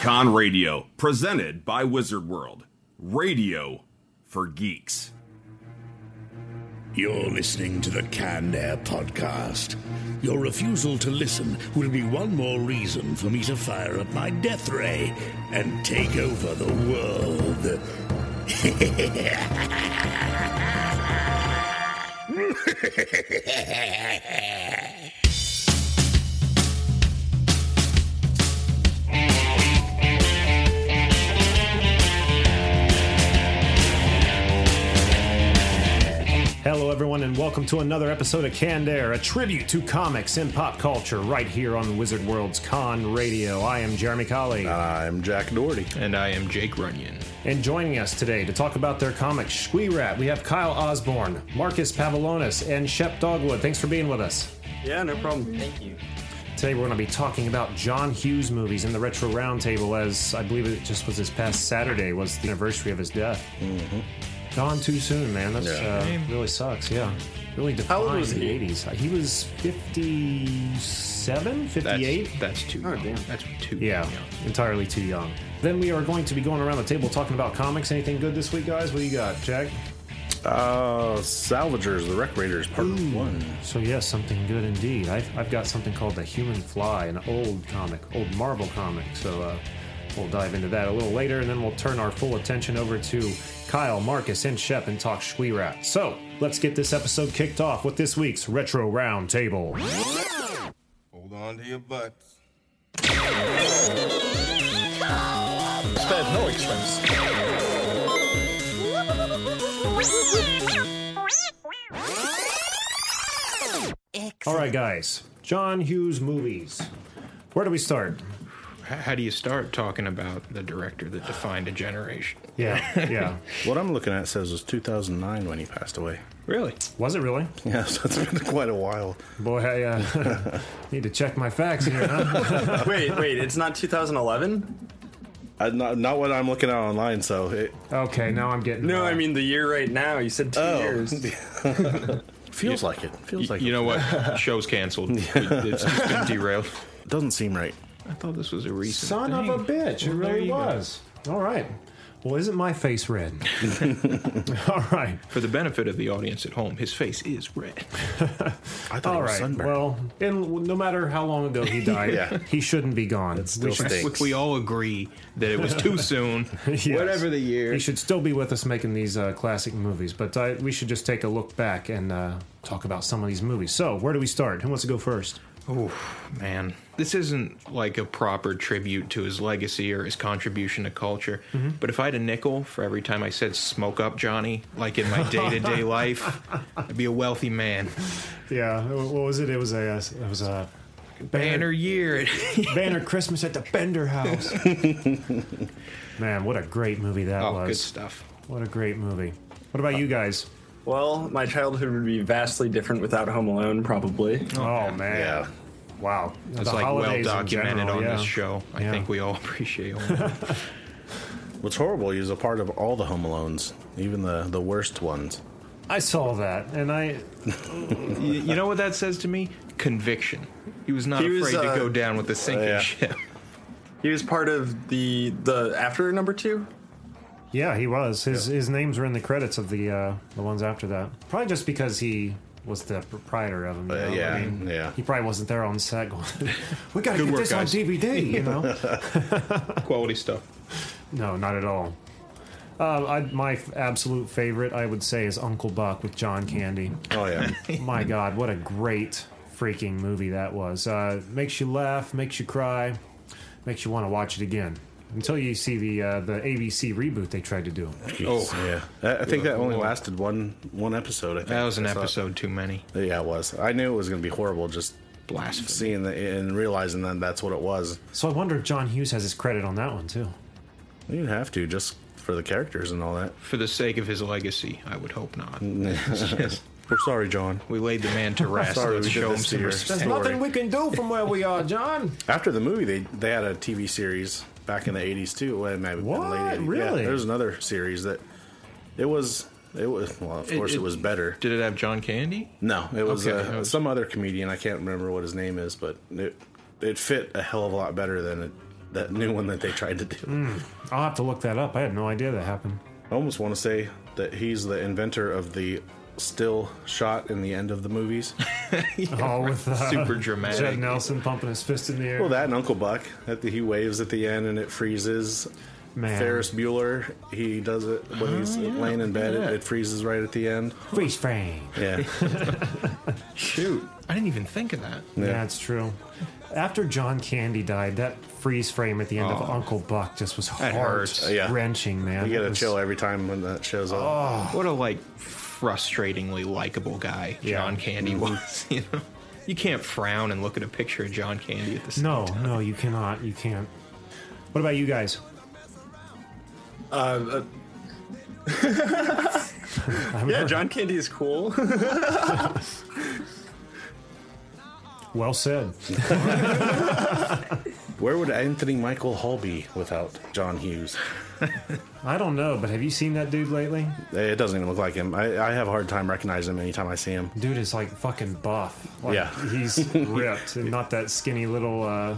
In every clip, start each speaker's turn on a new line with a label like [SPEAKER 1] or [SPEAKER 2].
[SPEAKER 1] Con Radio, presented by Wizard World. Radio for geeks.
[SPEAKER 2] You're listening to the Canned Air Podcast. Your refusal to listen will be one more reason for me to fire up my death ray and take over the world.
[SPEAKER 3] Hello, everyone, and welcome to another episode of Canned Air, a tribute to comics and pop culture, right here on Wizard World's Con Radio. I am Jeremy Colley,
[SPEAKER 4] I'm Jack Doherty.
[SPEAKER 5] And I am Jake Runyon.
[SPEAKER 3] and joining us today to talk about their comic Shquee Rat, we have Kyle Osborne, Marcus Pavilonis, and Shep Dogwood. Thanks for being with us.
[SPEAKER 6] Yeah, no problem.
[SPEAKER 5] Thank you.
[SPEAKER 3] Today, we're going to be talking about John Hughes movies in the Retro Roundtable, as I believe it just was this past Saturday was the anniversary of his death.
[SPEAKER 6] Mm-hmm.
[SPEAKER 3] Gone too soon, man. That's uh, really sucks. Yeah, really defined
[SPEAKER 6] old was
[SPEAKER 3] the
[SPEAKER 6] he?
[SPEAKER 3] '80s. He was 57,
[SPEAKER 5] That's,
[SPEAKER 3] 58.
[SPEAKER 5] that's too young.
[SPEAKER 6] damn.
[SPEAKER 5] That's too
[SPEAKER 3] yeah,
[SPEAKER 5] young.
[SPEAKER 3] entirely too young. Then we are going to be going around the table talking about comics. Anything good this week, guys? What do you got, Jack?
[SPEAKER 4] Uh, Salvagers, the Wreck Raiders, part one.
[SPEAKER 3] So yes, something good indeed. I've, I've got something called the Human Fly, an old comic, old Marvel comic. So uh, we'll dive into that a little later, and then we'll turn our full attention over to Kyle, Marcus, and Shep and talk Shwee Rat. So let's get this episode kicked off with this week's retro roundtable.
[SPEAKER 7] Hold on to your butts.
[SPEAKER 5] Spared no expense.
[SPEAKER 3] All right, guys, John Hughes movies. Where do we start?
[SPEAKER 5] H- How do you start talking about the director that defined a generation?
[SPEAKER 3] Yeah, yeah.
[SPEAKER 4] What I'm looking at says it was 2009 when he passed away.
[SPEAKER 5] Really?
[SPEAKER 3] Was it really?
[SPEAKER 4] Yeah, so it's been quite a while.
[SPEAKER 3] Boy, I uh, need to check my facts here. Huh?
[SPEAKER 6] Wait, wait, it's not 2011?
[SPEAKER 4] I, not, not what I'm looking at online, so it
[SPEAKER 3] okay, now I'm getting.
[SPEAKER 6] No,
[SPEAKER 3] uh,
[SPEAKER 6] I mean the year right now. You said two years.
[SPEAKER 4] feels like it. Feels
[SPEAKER 5] You,
[SPEAKER 4] like
[SPEAKER 5] you
[SPEAKER 4] it.
[SPEAKER 5] know what? Show's canceled. It's just been derailed.
[SPEAKER 4] it doesn't seem right.
[SPEAKER 5] I thought this was a recent
[SPEAKER 3] Son
[SPEAKER 5] thing.
[SPEAKER 3] of a bitch. It
[SPEAKER 5] Well, there
[SPEAKER 3] really
[SPEAKER 5] you go.
[SPEAKER 3] was. All right. Well, isn't my face red? All right.
[SPEAKER 5] For the benefit of the audience at home, his face is red.
[SPEAKER 4] I thought
[SPEAKER 3] All
[SPEAKER 4] it was
[SPEAKER 3] right.
[SPEAKER 4] sunburn.
[SPEAKER 3] Well, in, no matter how long ago he died,
[SPEAKER 4] Yeah.
[SPEAKER 3] he shouldn't be gone.
[SPEAKER 4] it still
[SPEAKER 3] We should-
[SPEAKER 4] stinks.
[SPEAKER 5] We all agree that it was too soon.
[SPEAKER 3] Yes.
[SPEAKER 5] Whatever the year.
[SPEAKER 3] He should still be with us making these uh, classic movies, but uh, we should just take a look back and uh, talk about some of these movies. So, where do we start? Who wants to go first?
[SPEAKER 5] Man, this isn't like a proper tribute to his legacy or his contribution to culture.
[SPEAKER 3] Mm-hmm.
[SPEAKER 5] But if I had a nickel for every time I said "smoke up Johnny," like in my day to day life, I'd be a wealthy man.
[SPEAKER 3] Yeah. What was it? It was a. uh, It was a.
[SPEAKER 5] Banner year.
[SPEAKER 3] Banner Christmas at the Bender House. Man, what a great movie that
[SPEAKER 5] oh, good
[SPEAKER 3] was.
[SPEAKER 5] stuff. Uh,
[SPEAKER 3] What a great movie. What about you guys?
[SPEAKER 6] Well, my childhood would be vastly different without Home Alone, probably.
[SPEAKER 3] Oh, man.
[SPEAKER 4] yeah.
[SPEAKER 3] Wow.
[SPEAKER 5] It's
[SPEAKER 3] The
[SPEAKER 5] like well
[SPEAKER 3] holidays in
[SPEAKER 5] documented
[SPEAKER 3] general,
[SPEAKER 5] on
[SPEAKER 3] yeah.
[SPEAKER 5] this show. I
[SPEAKER 3] Yeah.
[SPEAKER 5] think we all appreciate. All
[SPEAKER 4] What's horrible, he was a part of all the Home Alones, even the, the worst ones.
[SPEAKER 3] I saw that, and I.
[SPEAKER 5] you, you know what that says to me? Conviction. He was not
[SPEAKER 6] He was,
[SPEAKER 5] afraid
[SPEAKER 6] uh,
[SPEAKER 5] to go down with the sinking
[SPEAKER 4] yeah.
[SPEAKER 5] ship.
[SPEAKER 6] He was part of the the after number two.
[SPEAKER 3] Yeah, he was. His his names were in the credits of the uh, the ones after that. Probably just because he was the proprietor of them. you know?
[SPEAKER 4] yeah,
[SPEAKER 3] I mean,
[SPEAKER 4] yeah.
[SPEAKER 3] He probably wasn't there on set. Going, we got to
[SPEAKER 5] Good
[SPEAKER 3] get
[SPEAKER 5] work,
[SPEAKER 3] this
[SPEAKER 5] guys."
[SPEAKER 3] on DVD. You know.
[SPEAKER 5] Quality stuff.
[SPEAKER 3] No, not at all. Uh, I, my f- absolute favorite, I would say, is Uncle Buck with John Candy.
[SPEAKER 4] Oh, yeah.
[SPEAKER 3] My God, what a great freaking movie that was! Uh, makes you laugh, makes you cry, makes you want to watch it again. Until you see the uh, the ABC reboot they tried to do.
[SPEAKER 5] Oh.
[SPEAKER 4] yeah. I, I think that only
[SPEAKER 5] Whoa.
[SPEAKER 4] lasted one one episode, I think.
[SPEAKER 5] That was an
[SPEAKER 4] I saw-
[SPEAKER 5] episode too many.
[SPEAKER 4] Yeah, it was. I knew it was going to be horrible just
[SPEAKER 5] Blasphemy.
[SPEAKER 4] seeing the, and realizing that that's what it was.
[SPEAKER 3] So I wonder if John Hughes has his credit on that one too.
[SPEAKER 4] You'd have to just for the characters and all that.
[SPEAKER 5] For the sake of his legacy, I would hope not.
[SPEAKER 4] We're sorry, John.
[SPEAKER 5] We laid the man to rest.
[SPEAKER 4] Sorry
[SPEAKER 5] Let's
[SPEAKER 4] we did
[SPEAKER 5] show him
[SPEAKER 4] this to
[SPEAKER 5] some
[SPEAKER 4] your
[SPEAKER 5] respect.
[SPEAKER 4] There's nothing Sorry.
[SPEAKER 3] we can do from where we are, John.
[SPEAKER 4] After the movie, they they had a TV series back in the '80s too. Well, it might have been
[SPEAKER 3] What?
[SPEAKER 4] late 80s.
[SPEAKER 3] Really?
[SPEAKER 4] Yeah, there was another series that it was. It was well, of course, it,
[SPEAKER 5] it-
[SPEAKER 4] was better.
[SPEAKER 5] Did it have John Candy?
[SPEAKER 4] No, it was
[SPEAKER 5] Okay,
[SPEAKER 4] uh,
[SPEAKER 5] it was-
[SPEAKER 4] some other comedian. I can't remember what his name is, but it it fit a hell of a lot better than it that new one that they tried to do.
[SPEAKER 3] I'll have to look that up. I had no idea that happened.
[SPEAKER 4] I almost want to say that he's the inventor of the still shot in the end of the movies.
[SPEAKER 3] oh, with uh,
[SPEAKER 5] Super dramatic.
[SPEAKER 3] Judd Nelson pumping his fist in the air.
[SPEAKER 4] well, that and Uncle Buck. At the, he waves at the end and it freezes.
[SPEAKER 3] Man.
[SPEAKER 4] Ferris Bueller, he does it
[SPEAKER 5] Oh,
[SPEAKER 4] when he's laying in bed. It, it freezes right at the end.
[SPEAKER 3] freeze frame.
[SPEAKER 4] Yeah,
[SPEAKER 5] Shoot. I didn't even think of that.
[SPEAKER 3] Yeah. That's true. After John Candy died, that freeze frame at the end
[SPEAKER 4] Oh.
[SPEAKER 3] of Uncle Buck just was
[SPEAKER 5] That
[SPEAKER 3] heart
[SPEAKER 5] hurts. Uh,
[SPEAKER 4] yeah.
[SPEAKER 3] wrenching, man.
[SPEAKER 4] you
[SPEAKER 3] It
[SPEAKER 4] get a
[SPEAKER 3] was-
[SPEAKER 4] chill every time when that shows up.
[SPEAKER 5] What a like frustratingly likable guy
[SPEAKER 3] Yeah.
[SPEAKER 5] John Candy
[SPEAKER 4] Mm-hmm.
[SPEAKER 5] was, you know. You can't frown and look at a picture of John Candy at the same
[SPEAKER 3] No, no, you cannot. You can't. What about you guys?
[SPEAKER 6] Uh, uh, yeah, John Candy is cool.
[SPEAKER 3] Well said.
[SPEAKER 4] Where would Anthony Michael Hall be without John Hughes?
[SPEAKER 3] I don't know, but have you seen that dude lately?
[SPEAKER 4] It doesn't even look like him. I, I have a hard time recognizing him anytime I see him.
[SPEAKER 3] Dude is like fucking buff. Like,
[SPEAKER 4] Yeah.
[SPEAKER 3] He's ripped and not that skinny little, uh,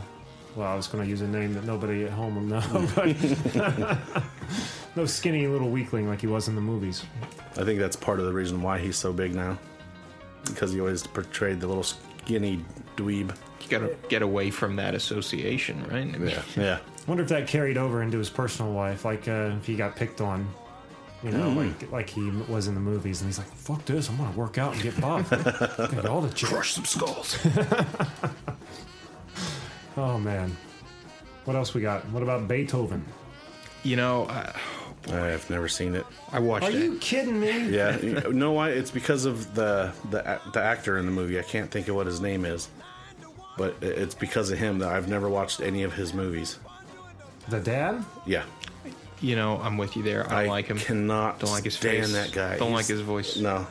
[SPEAKER 3] well, I was going to use a name that nobody at home will know, but no skinny little weakling like he was in the movies.
[SPEAKER 4] I think that's part of the reason why he's so big now. Because he always portrayed the little skinny dweeb.
[SPEAKER 5] You gotta get away from that association, right? I mean,
[SPEAKER 4] Yeah.
[SPEAKER 3] wonder if that carried over into his personal life, like uh, if he got picked on, you know, like like he was in the movies, and he's like, "Fuck this, I'm gonna work out and get buff, get all the crush some skulls." oh man, what else we got? What about Beethoven?
[SPEAKER 5] You know, I,
[SPEAKER 4] I've never seen it.
[SPEAKER 5] I watched
[SPEAKER 3] Are
[SPEAKER 5] it.
[SPEAKER 3] you kidding me?
[SPEAKER 4] Yeah. you know why? It's because of the, the a- the actor in the movie. I can't think of what his name is. But i- it's because of him that I've never watched any of his movies.
[SPEAKER 3] The dad?
[SPEAKER 4] Yeah.
[SPEAKER 5] You know, I'm with you there. I don't like him.
[SPEAKER 4] cannot
[SPEAKER 5] Don't like his
[SPEAKER 4] stand
[SPEAKER 5] face.
[SPEAKER 4] that guy.
[SPEAKER 5] Don't like his
[SPEAKER 4] He's-
[SPEAKER 5] voice.
[SPEAKER 4] No.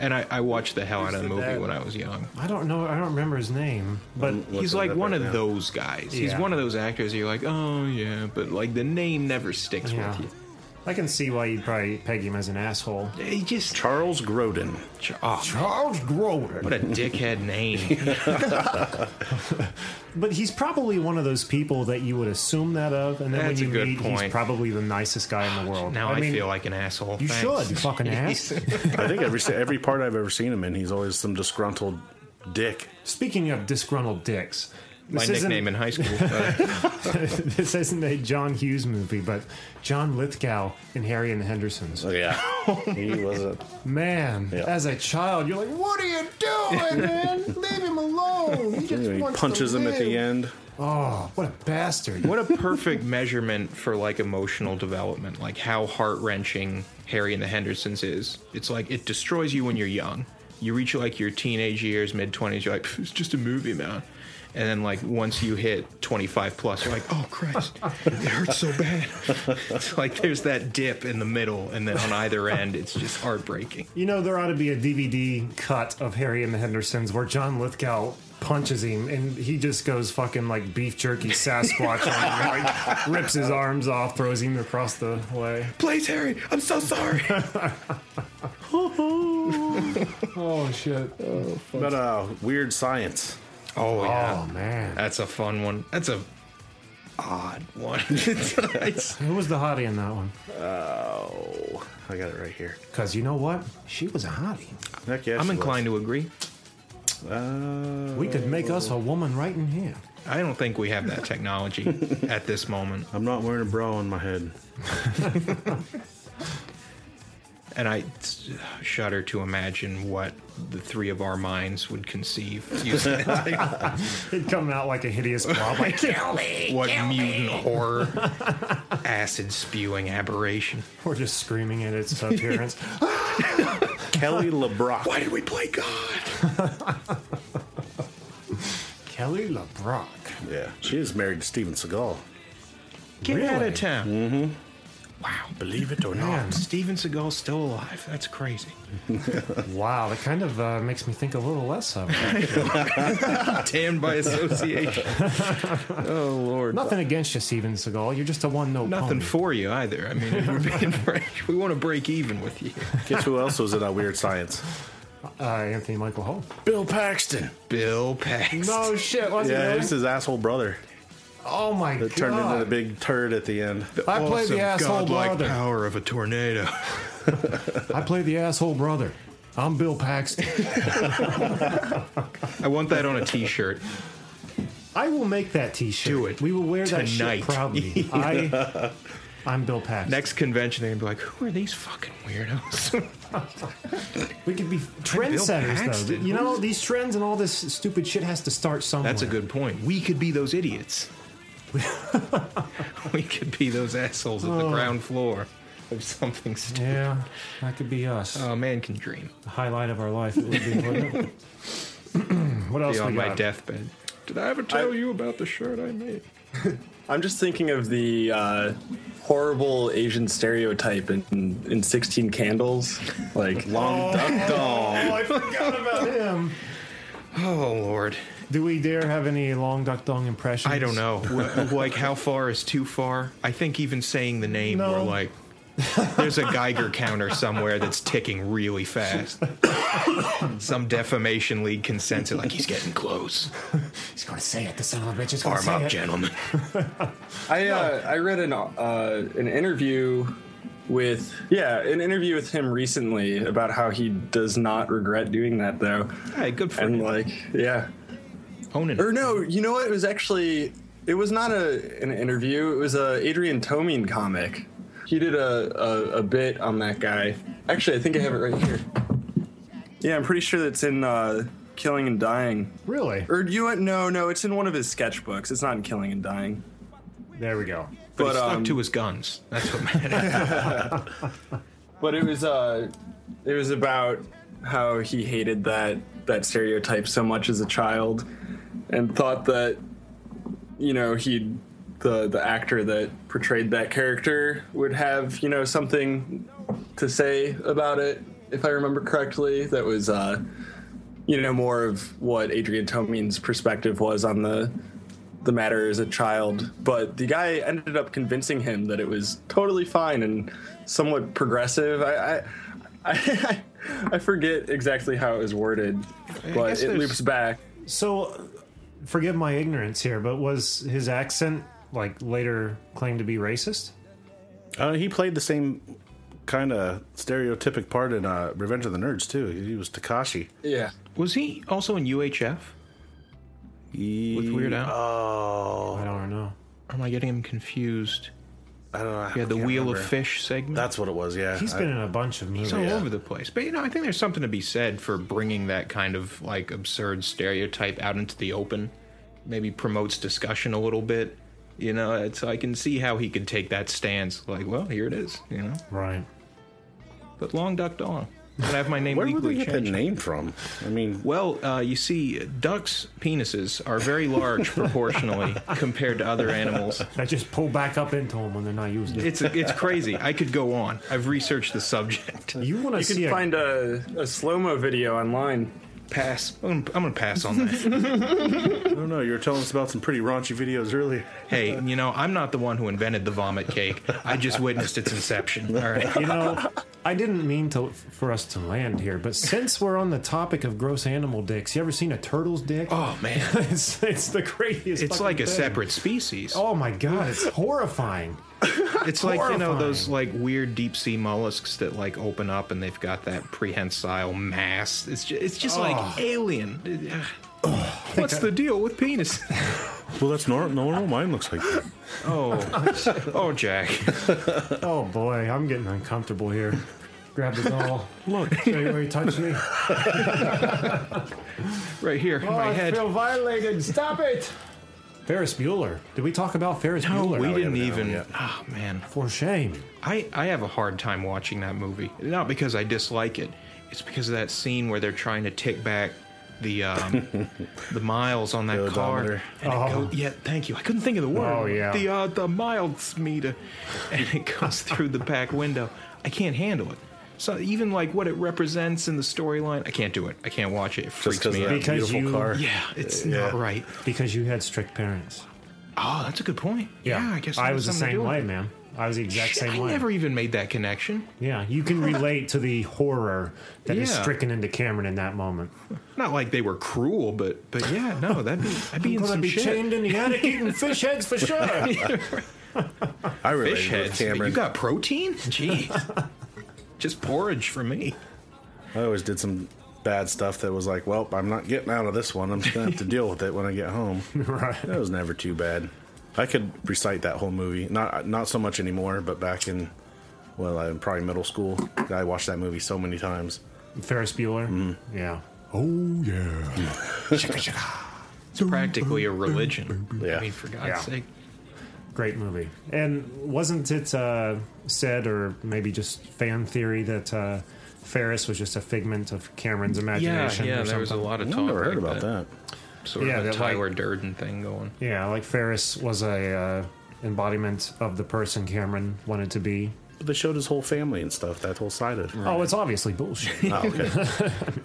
[SPEAKER 5] And I, I watched the hell out of
[SPEAKER 6] the
[SPEAKER 5] the movie
[SPEAKER 6] dad?
[SPEAKER 5] when I was young.
[SPEAKER 3] I don't know. I don't remember his name, but
[SPEAKER 4] Look
[SPEAKER 5] He's
[SPEAKER 4] it
[SPEAKER 5] like
[SPEAKER 4] up
[SPEAKER 5] one
[SPEAKER 4] right
[SPEAKER 5] of
[SPEAKER 4] now.
[SPEAKER 5] those guys. He's
[SPEAKER 3] Yeah.
[SPEAKER 5] one of those actors you're like, oh yeah, but like the name never sticks
[SPEAKER 3] yeah,
[SPEAKER 5] with
[SPEAKER 3] I can see why you'd probably peg him as an asshole.
[SPEAKER 5] you. He just
[SPEAKER 4] Charles Grodin.
[SPEAKER 5] oh,
[SPEAKER 3] Charles Grover.
[SPEAKER 5] what a dickhead name.
[SPEAKER 3] But he's probably one of those people that you would assume that of, and then
[SPEAKER 5] That's a
[SPEAKER 3] when you
[SPEAKER 5] good
[SPEAKER 3] meet, he's
[SPEAKER 5] point.
[SPEAKER 3] probably the nicest guy in the world.
[SPEAKER 5] Now I,
[SPEAKER 3] mean,
[SPEAKER 5] feel like an asshole.
[SPEAKER 3] you
[SPEAKER 5] Thanks.
[SPEAKER 3] should fucking ass.
[SPEAKER 4] I think every every part I've ever seen him in, he's always some disgruntled dick.
[SPEAKER 3] Speaking of disgruntled dicks,
[SPEAKER 5] My
[SPEAKER 3] this
[SPEAKER 5] nickname in high school. Uh,
[SPEAKER 3] isn't this isn't a John Hughes movie, but John Lithgow in Harry and the Hendersons.
[SPEAKER 4] Oh, yeah, he was a
[SPEAKER 3] Man,
[SPEAKER 4] Yeah.
[SPEAKER 3] as a child, you're like, what are you doing, man? Leave him alone. He just
[SPEAKER 4] he
[SPEAKER 3] wants
[SPEAKER 4] punches
[SPEAKER 3] to
[SPEAKER 4] him at the
[SPEAKER 3] live."
[SPEAKER 4] end.
[SPEAKER 3] Oh, what a bastard!
[SPEAKER 5] what a perfect measurement for like emotional development, like how heart wrenching Harry and the Hendersons is. It's like it destroys you when you're young. You reach like your teenage years, mid twenties, you're like, it's just a movie, man. And then like once you hit twenty five plus, you're like, oh Christ, it hurts so bad. it's like there's that dip in the middle, and then on either end, it's just heartbreaking.
[SPEAKER 3] You know, there ought to be a DVD cut of Harry and the Hendersons where John Lithgow punches him and he just goes fucking like beef jerky Sasquatch on him, and, like, rips his arms off, throws him across the way.
[SPEAKER 5] Please, Harry, I'm so sorry.
[SPEAKER 3] Oh shit.
[SPEAKER 4] But uh, weird science.
[SPEAKER 5] oh yeah.
[SPEAKER 3] Oh man.
[SPEAKER 5] That's a fun one. That's a odd one. It's-
[SPEAKER 3] Who was the hottie in that one?
[SPEAKER 4] Oh, I got it right here.
[SPEAKER 3] Because you know what? She was a hottie.
[SPEAKER 4] Heck yeah,
[SPEAKER 5] I'm inclined to agree.
[SPEAKER 4] to. Uh,
[SPEAKER 3] We could make us a woman right in here.
[SPEAKER 5] I don't think we have that technology at this moment.
[SPEAKER 4] I'm not wearing a bra on my head.
[SPEAKER 5] And I s- shudder to imagine what the three of our minds would conceive. Using that.
[SPEAKER 3] It'd come out like a hideous blob. Like, kill me!
[SPEAKER 5] what mutant horror, acid spewing aberration.
[SPEAKER 3] We're just screaming at its appearance.
[SPEAKER 4] Kelly LeBrock.
[SPEAKER 5] did we play God?
[SPEAKER 3] Kelly LeBrock.
[SPEAKER 4] Yeah, she is married to Steven Seagal.
[SPEAKER 5] Get out
[SPEAKER 3] Really? Hmm.
[SPEAKER 5] of town.
[SPEAKER 4] Believe it or not.
[SPEAKER 3] Man,
[SPEAKER 5] Steven Seagal's still alive. That's crazy.
[SPEAKER 3] wow, that kind of uh, makes me think a little less of her.
[SPEAKER 5] Damned by association. oh, Lord.
[SPEAKER 3] Nothing against you, Steven Seagal. You're just a one note
[SPEAKER 5] Nothing for you either. I mean, if we're being frank, we want to break even with you.
[SPEAKER 4] Guess who else was in that weird science?
[SPEAKER 3] uh, Anthony Michael Hall.
[SPEAKER 4] Bill Paxton.
[SPEAKER 5] Bill Paxton.
[SPEAKER 3] shit, was
[SPEAKER 4] Yeah, it's his asshole brother.
[SPEAKER 3] Oh my
[SPEAKER 4] It
[SPEAKER 3] god!
[SPEAKER 4] turned into the big turd at the end.
[SPEAKER 3] I played the asshole brother.
[SPEAKER 5] power of a tornado.
[SPEAKER 3] I play the asshole brother. I'm Bill Paxton.
[SPEAKER 5] I want that on a T-shirt.
[SPEAKER 3] I will make that T-shirt.
[SPEAKER 5] Do it
[SPEAKER 3] We will wear that
[SPEAKER 5] tonight.
[SPEAKER 3] shit proudly. I, I'm Bill Paxton.
[SPEAKER 5] Next convention, they're gonna be like, "Who are these fucking weirdos?"
[SPEAKER 3] we could be trendsetters, though.
[SPEAKER 5] Paxton.
[SPEAKER 3] You know, these trends and all this stupid shit has to start somewhere.
[SPEAKER 5] That's a good point. We could be those idiots. we could be those assholes at the ground floor of something stupid.
[SPEAKER 3] Yeah, that could be us.
[SPEAKER 5] A man can dream
[SPEAKER 3] the highlight of our life. It would be, wouldn't it? what else?
[SPEAKER 5] be
[SPEAKER 3] we
[SPEAKER 5] on my
[SPEAKER 3] got?
[SPEAKER 5] deathbed. Did I ever tell you about the shirt I made?
[SPEAKER 6] I'm just thinking of the uh, horrible Asian stereotype in, in 16 Candles. Like,
[SPEAKER 4] Long duck dong.
[SPEAKER 3] Oh, I forgot about him.
[SPEAKER 5] Oh Lord,
[SPEAKER 3] Do we dare have any long duck dong impressions?
[SPEAKER 5] I don't know. Wh- like how far is too far? I think even saying the name,
[SPEAKER 3] No.
[SPEAKER 5] we're like, there's a Geiger counter somewhere that's ticking really fast. Some defamation league consensus, like he's getting close.
[SPEAKER 3] He's gonna say it. The son of a bitch is gonna
[SPEAKER 5] Arm
[SPEAKER 3] say
[SPEAKER 5] up,
[SPEAKER 3] it.
[SPEAKER 5] gentlemen.
[SPEAKER 6] I uh, I read an uh, an interview with yeah an interview with him recently about how he does not regret doing that though,
[SPEAKER 5] Hey, good for
[SPEAKER 6] and
[SPEAKER 5] you.
[SPEAKER 6] like yeah
[SPEAKER 4] uh,
[SPEAKER 5] Honan.
[SPEAKER 6] or no you know what it was actually it was not a an interview it was a Adrian Tomine comic he did a, a a bit on that guy actually I think I have it right here yeah I'm pretty sure that's in uh, Killing and Dying
[SPEAKER 3] Really?
[SPEAKER 6] or do you want- no no it's in one of his sketchbooks it's not in Killing and Dying
[SPEAKER 3] There we go.
[SPEAKER 5] but, he
[SPEAKER 6] but,
[SPEAKER 5] stuck
[SPEAKER 6] um,
[SPEAKER 5] to his guns. That's what matters.
[SPEAKER 6] but it was uh it was about how he hated that that stereotype so much as a child and thought that you know he the the actor that portrayed that character would have you know something to say about it if i remember correctly that was uh you know more of what adrian tomine's perspective was on the the matter as a child, but the guy ended up convincing him that it was totally fine and somewhat progressive. I I, I, I forget exactly how it was worded, but
[SPEAKER 5] guess
[SPEAKER 6] it
[SPEAKER 5] there's-
[SPEAKER 6] loops back.
[SPEAKER 3] So, uh, forgive my ignorance here, but was his accent like later claimed to be racist?
[SPEAKER 4] Uh, he played the same kind of stereotypic part in uh, Revenge of the Nerds too. He was Takashi.
[SPEAKER 6] Yeah.
[SPEAKER 5] Was he also in UHF with Weird Al?
[SPEAKER 4] Oh,
[SPEAKER 3] I don't know.
[SPEAKER 5] Or am I getting him confused?
[SPEAKER 4] I don't know. I
[SPEAKER 5] Yeah, the
[SPEAKER 4] can't
[SPEAKER 5] Wheel
[SPEAKER 4] remember.
[SPEAKER 5] of Fish segment.
[SPEAKER 4] That's what it was. Yeah,
[SPEAKER 3] He's
[SPEAKER 4] I-
[SPEAKER 3] been in a bunch of movies.
[SPEAKER 5] it's all
[SPEAKER 4] yeah.
[SPEAKER 5] over the place. But you know, I think there's something to be said for bringing that kind of like absurd stereotype out into the open. Maybe promotes discussion a little bit. You know, it's I can see how he could take that stance. Like, well, here it is. You know,
[SPEAKER 3] Right.
[SPEAKER 5] but Long Duck Dong. I'm gonna have my name
[SPEAKER 4] Where would
[SPEAKER 5] legally
[SPEAKER 4] they get that
[SPEAKER 5] changed.
[SPEAKER 4] name from? I mean,
[SPEAKER 5] Well, uh, you see, ducks' penises are very large proportionally compared to other animals.
[SPEAKER 3] That just pull back up into them when they're not using it.
[SPEAKER 5] It's it's crazy. I could go on. I've researched the subject.
[SPEAKER 3] You want to
[SPEAKER 6] You
[SPEAKER 3] see
[SPEAKER 6] can
[SPEAKER 3] a
[SPEAKER 6] find a, a slow mo video online.
[SPEAKER 5] Pass. I'm, I'm gonna pass on that.
[SPEAKER 4] I don't know. You were telling us about some pretty raunchy videos earlier.
[SPEAKER 5] Hey, you know, I'm not the one who invented the vomit cake. I just witnessed its inception. All right.
[SPEAKER 3] You know, I didn't mean to for us to land here, but since we're on the topic of gross animal dicks, you ever seen a turtle's dick?
[SPEAKER 5] Oh man,
[SPEAKER 3] It's, it's the craziest.
[SPEAKER 5] it's
[SPEAKER 3] fucking
[SPEAKER 5] like a
[SPEAKER 3] thing.
[SPEAKER 5] separate species.
[SPEAKER 3] Oh my god, it's horrifying.
[SPEAKER 5] It's like you know those like weird deep sea mollusks that like open up and they've got that prehensile mass. It's just, it's just
[SPEAKER 3] Oh.
[SPEAKER 5] like alien. What's the deal with penis?
[SPEAKER 4] Well, that's normal. Normal. Mine looks like that.
[SPEAKER 5] Oh, oh, Jack.
[SPEAKER 3] Oh boy, I'm getting uncomfortable here. Grab the doll. Look, show you where he touched me.
[SPEAKER 5] Right here,
[SPEAKER 3] Oh,
[SPEAKER 5] in my head.
[SPEAKER 3] violated. Stop it. Ferris Bueller. Did we talk about Ferris
[SPEAKER 5] No,
[SPEAKER 3] Bueller?
[SPEAKER 5] we didn't
[SPEAKER 4] haven't
[SPEAKER 5] even.
[SPEAKER 4] yet.
[SPEAKER 5] Oh man,
[SPEAKER 3] For shame.
[SPEAKER 5] I I have a hard time watching that movie. Not because I dislike it. It's because of that scene where they're trying to tick back the um, the miles on that
[SPEAKER 4] The
[SPEAKER 5] car.
[SPEAKER 4] odometer.
[SPEAKER 5] And it
[SPEAKER 3] Oh.
[SPEAKER 5] go, yeah, thank you. I couldn't think of the word.
[SPEAKER 3] Oh, yeah.
[SPEAKER 5] The uh, the miles meter, and it goes through the back window. I can't handle it. So even like what it represents in the storyline, I can't do it. I can't watch it. It
[SPEAKER 4] Just
[SPEAKER 5] freaks
[SPEAKER 4] because of
[SPEAKER 5] me
[SPEAKER 4] that
[SPEAKER 5] out.
[SPEAKER 3] Because
[SPEAKER 4] beautiful
[SPEAKER 3] you-
[SPEAKER 4] car.
[SPEAKER 5] Yeah, it's not
[SPEAKER 4] yeah.
[SPEAKER 5] right.
[SPEAKER 3] Because you had strict parents.
[SPEAKER 5] Oh, that's a good point. Yeah, I guess
[SPEAKER 3] I
[SPEAKER 5] that has
[SPEAKER 3] was the
[SPEAKER 5] something to do
[SPEAKER 3] same
[SPEAKER 5] with
[SPEAKER 3] way,
[SPEAKER 5] it.
[SPEAKER 3] man. I was the exact
[SPEAKER 5] Shit,
[SPEAKER 3] same
[SPEAKER 5] I
[SPEAKER 3] way.
[SPEAKER 5] never even made that connection.
[SPEAKER 3] Yeah, you can relate to the horror that is
[SPEAKER 5] Yeah.
[SPEAKER 3] stricken into Cameron in that moment.
[SPEAKER 5] Not like they were cruel, but but yeah, no, that'd be I'd be in
[SPEAKER 3] Gonna
[SPEAKER 5] some
[SPEAKER 3] be
[SPEAKER 5] shit.
[SPEAKER 3] chained in the attic eating fish heads for sure.
[SPEAKER 4] I related
[SPEAKER 5] Fish
[SPEAKER 4] with
[SPEAKER 5] heads. but
[SPEAKER 4] Cameron.
[SPEAKER 5] You got protein? Jeez. Just porridge for me.
[SPEAKER 4] I always did some bad stuff that was like, well, I'm not getting out of this one. I'm just gonna have to deal with it when I get home.
[SPEAKER 3] right.
[SPEAKER 4] That was never too bad. I could recite that whole movie. Not not so much anymore, but back in well, I'm probably middle school. I watched that movie so many times.
[SPEAKER 3] Ferris Bueller.
[SPEAKER 5] Mm.
[SPEAKER 3] Yeah.
[SPEAKER 5] It's practically a religion.
[SPEAKER 4] Yeah.
[SPEAKER 5] Mm, I mean, for God's
[SPEAKER 3] Yeah.
[SPEAKER 5] sake.
[SPEAKER 3] Great movie. And wasn't it uh, said, or maybe just fan theory, that uh, Ferris was just a figment of Cameron's
[SPEAKER 5] Yeah,
[SPEAKER 3] imagination?
[SPEAKER 5] yeah,
[SPEAKER 3] or
[SPEAKER 5] there was a
[SPEAKER 3] something?
[SPEAKER 5] lot of
[SPEAKER 4] I
[SPEAKER 5] talk.
[SPEAKER 4] never heard
[SPEAKER 5] like
[SPEAKER 4] about that.
[SPEAKER 5] Sort
[SPEAKER 3] Yeah,
[SPEAKER 5] of a
[SPEAKER 3] that, like-
[SPEAKER 5] Tyler Durden thing going.
[SPEAKER 3] Yeah, like Ferris was a uh, embodiment of the person Cameron wanted to be.
[SPEAKER 4] But they showed his whole family and stuff. That whole side of it.
[SPEAKER 3] Oh, it's obviously bullshit.
[SPEAKER 4] Oh, okay.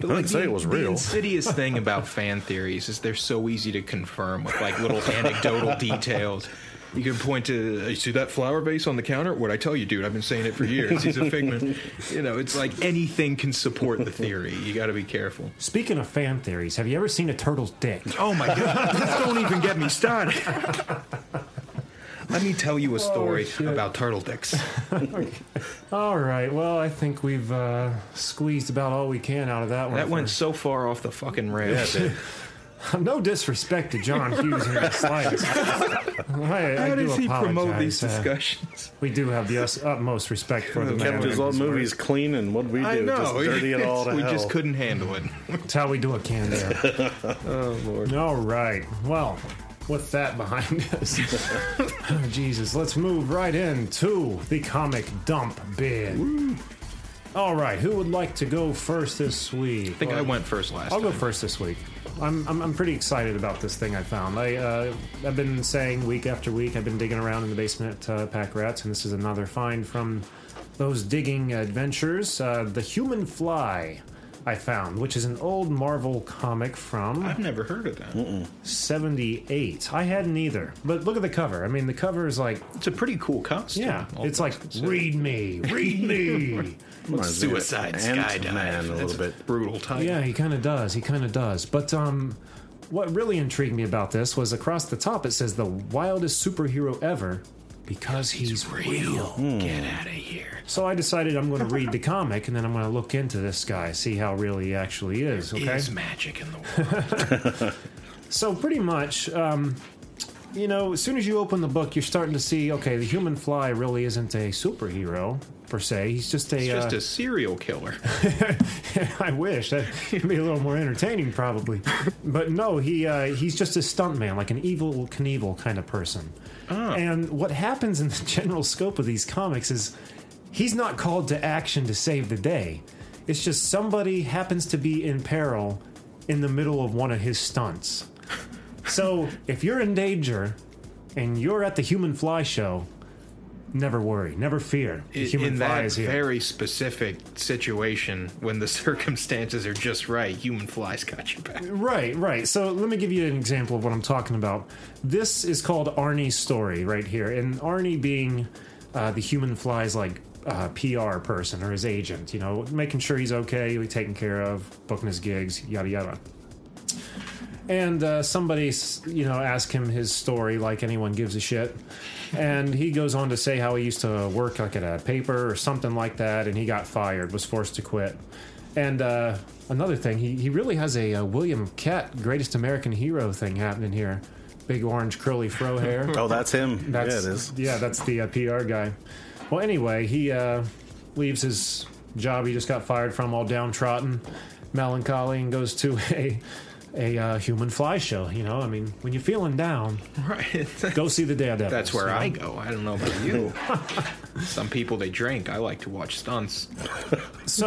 [SPEAKER 5] But
[SPEAKER 4] I didn't say it was
[SPEAKER 5] the
[SPEAKER 4] real.
[SPEAKER 5] insidious thing about fan theories is they're so easy to confirm with like little anecdotal details. You can point to uh, you see that flower vase on the counter. What I tell you, dude, I've been saying it for years. He's a figment. you know, it's like anything can support the theory. You got to be careful.
[SPEAKER 3] Speaking of fan theories, have you ever seen a turtle's dick?
[SPEAKER 5] Oh my god! Don't even get me started. Let me tell
[SPEAKER 4] Oh,
[SPEAKER 5] you a story about turtle dicks.
[SPEAKER 3] All right. Well, I think we've uh, squeezed about all we can out of that one.
[SPEAKER 5] That
[SPEAKER 3] for-
[SPEAKER 5] went so far off the fucking rails.
[SPEAKER 3] No disrespect to John Hughes in the slightest. I, I
[SPEAKER 5] How
[SPEAKER 3] do
[SPEAKER 5] does he promote
[SPEAKER 3] apologize.
[SPEAKER 5] these
[SPEAKER 3] Uh,
[SPEAKER 5] discussions?
[SPEAKER 3] we do have the us- utmost respect for the man.
[SPEAKER 4] Kept his old movies clean, and what we do, just dirty it all to
[SPEAKER 5] we
[SPEAKER 4] hell.
[SPEAKER 5] just couldn't handle it.
[SPEAKER 3] That's how we do it, can there. oh Lord. All right. Well, with that behind us, oh, Jesus, let's move right into the comic dump bid. All right. Who would like to go first this week?
[SPEAKER 5] I think I went first last
[SPEAKER 3] I'll
[SPEAKER 5] time.
[SPEAKER 3] go first this week. I'm, I'm, I'm pretty excited about this thing I found. I, uh, I've been saying week after week, I've been digging around in the basement at uh, Pack Rats, and this is another find from those digging adventures. Uh, the Human Fly, I found, which is an old Marvel comic from.
[SPEAKER 5] I've never heard of that.
[SPEAKER 3] 78. I hadn't either. But look at the cover. I mean, the cover is like,
[SPEAKER 5] It's a pretty cool costume.
[SPEAKER 3] yeah,
[SPEAKER 5] all
[SPEAKER 3] it's like,
[SPEAKER 5] things considered.
[SPEAKER 3] read me, read me.
[SPEAKER 4] Reminds me of
[SPEAKER 5] suicide
[SPEAKER 4] Ant-Man
[SPEAKER 5] skydive.
[SPEAKER 4] a little bit.
[SPEAKER 5] brutal title.
[SPEAKER 3] Yeah, he kind of does. He kind of does. But um, what really intrigued me about this was across the top it says the wildest superhero ever because he's real.
[SPEAKER 5] Get out of here.
[SPEAKER 3] So I decided I'm going to read the comic and then I'm going to look into this guy, see how real he actually is. Okay.
[SPEAKER 5] There's magic in the world.
[SPEAKER 3] So pretty much, um, you know, as soon as you open the book, you're starting to see okay, the human fly really isn't a superhero per se. He's just a.
[SPEAKER 5] It's just
[SPEAKER 3] uh,
[SPEAKER 5] a serial killer.
[SPEAKER 3] I wish that would be a little more entertaining, probably. But no, he uh, he's just a stuntman, like an evil Knievel kind of person.
[SPEAKER 5] Oh.
[SPEAKER 3] And what happens in the general scope of these comics is he's not called to action to save the day. It's just somebody happens to be in peril in the middle of one of his stunts. So if you're in danger and you're at the Human Fly Show, never worry, never fear. The Human
[SPEAKER 5] in
[SPEAKER 3] Fly
[SPEAKER 5] that
[SPEAKER 3] is here.
[SPEAKER 5] very specific situation, when the circumstances are just right, human flies got your back.
[SPEAKER 3] Right, right. So let me give you an example of what I'm talking about. This is called Arnie's story right here, and Arnie being uh, the human fly's like uh, PR person or his agent, you know, making sure he's okay, he's taken care of, booking his gigs, yada yada. And uh, somebody, s- you know, asked him his story like anyone gives a shit. And he goes on to say how he used to work like at a paper or something like that, and he got fired, was forced to quit. And uh, another thing, he, he really has a, uh William Cat Greatest American Hero thing happening here. Big orange curly fro hair.
[SPEAKER 4] Oh, that's him.
[SPEAKER 3] That's,
[SPEAKER 4] yeah, it is.
[SPEAKER 3] yeah, that's the uh, PR guy. Well, anyway, he uh, leaves his job he just got fired from, all downtrodden, melancholy, and goes to a a uh, human fly show. You know, I mean, when you're feeling down,
[SPEAKER 5] Right.
[SPEAKER 3] go see the Daredevil.
[SPEAKER 5] That's where I go. I don't know about you. Some people they drink. I like to watch stunts.
[SPEAKER 3] So.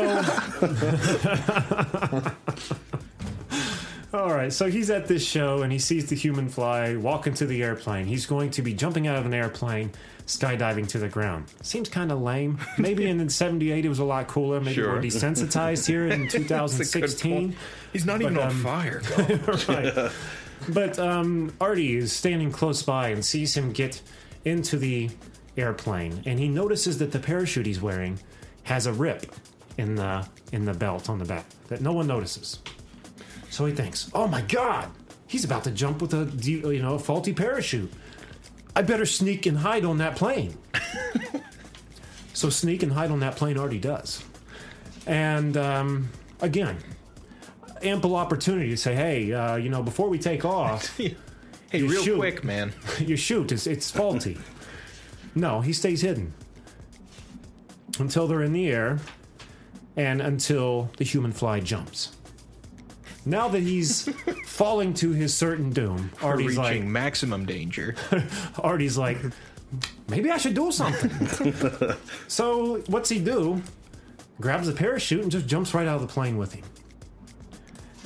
[SPEAKER 3] All right, so he's at this show and he sees the human fly walk into the airplane. He's going to be jumping out of an airplane, skydiving to the ground. Seems kind of lame. Maybe in '78 it was a lot cooler. Maybe
[SPEAKER 5] Sure.
[SPEAKER 3] we're desensitized here in
[SPEAKER 5] That's a good
[SPEAKER 3] 2016.
[SPEAKER 5] point. He's not even
[SPEAKER 3] But,
[SPEAKER 5] on
[SPEAKER 3] um,
[SPEAKER 5] fire. God.
[SPEAKER 3] right. But um, Artie is standing close by and sees him get into the airplane, and he notices that the parachute he's wearing has a rip in the in the belt on the back that no one notices. So he thinks, "Oh my god, he's about to jump with a you know faulty parachute. I better sneak and hide on that plane." so sneak and hide on that plane already does, and um, again, ample opportunity to say, "Hey, uh, you know, before we take off."
[SPEAKER 5] Hey,
[SPEAKER 3] You
[SPEAKER 5] real
[SPEAKER 3] shoot.
[SPEAKER 5] quick, man.
[SPEAKER 3] you shoot. It's, it's faulty. no, he stays hidden until they're in the air and until the human fly jumps. Now that he's falling to his certain doom, Artie's
[SPEAKER 5] Reaching
[SPEAKER 3] like,
[SPEAKER 5] maximum danger.
[SPEAKER 3] Artie's like, maybe I should do something. so what's he do? Grabs the parachute and just jumps right out of the plane with him.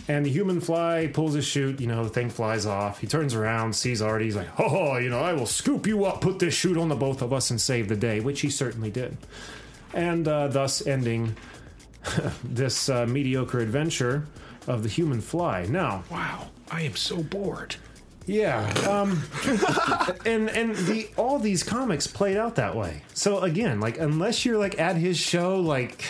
[SPEAKER 3] And the human fly pulls his chute, you know, the thing flies off. He turns around, sees Artie, he's like, oh, you know, I will scoop you up, put this chute on the both of us, and save the day, which he certainly did. And uh, thus ending this uh, mediocre adventure of the human fly. Now,
[SPEAKER 5] Wow, I am so bored.
[SPEAKER 3] yeah, um, and and the all these comics played out that way. So again, like unless you're like at his show, like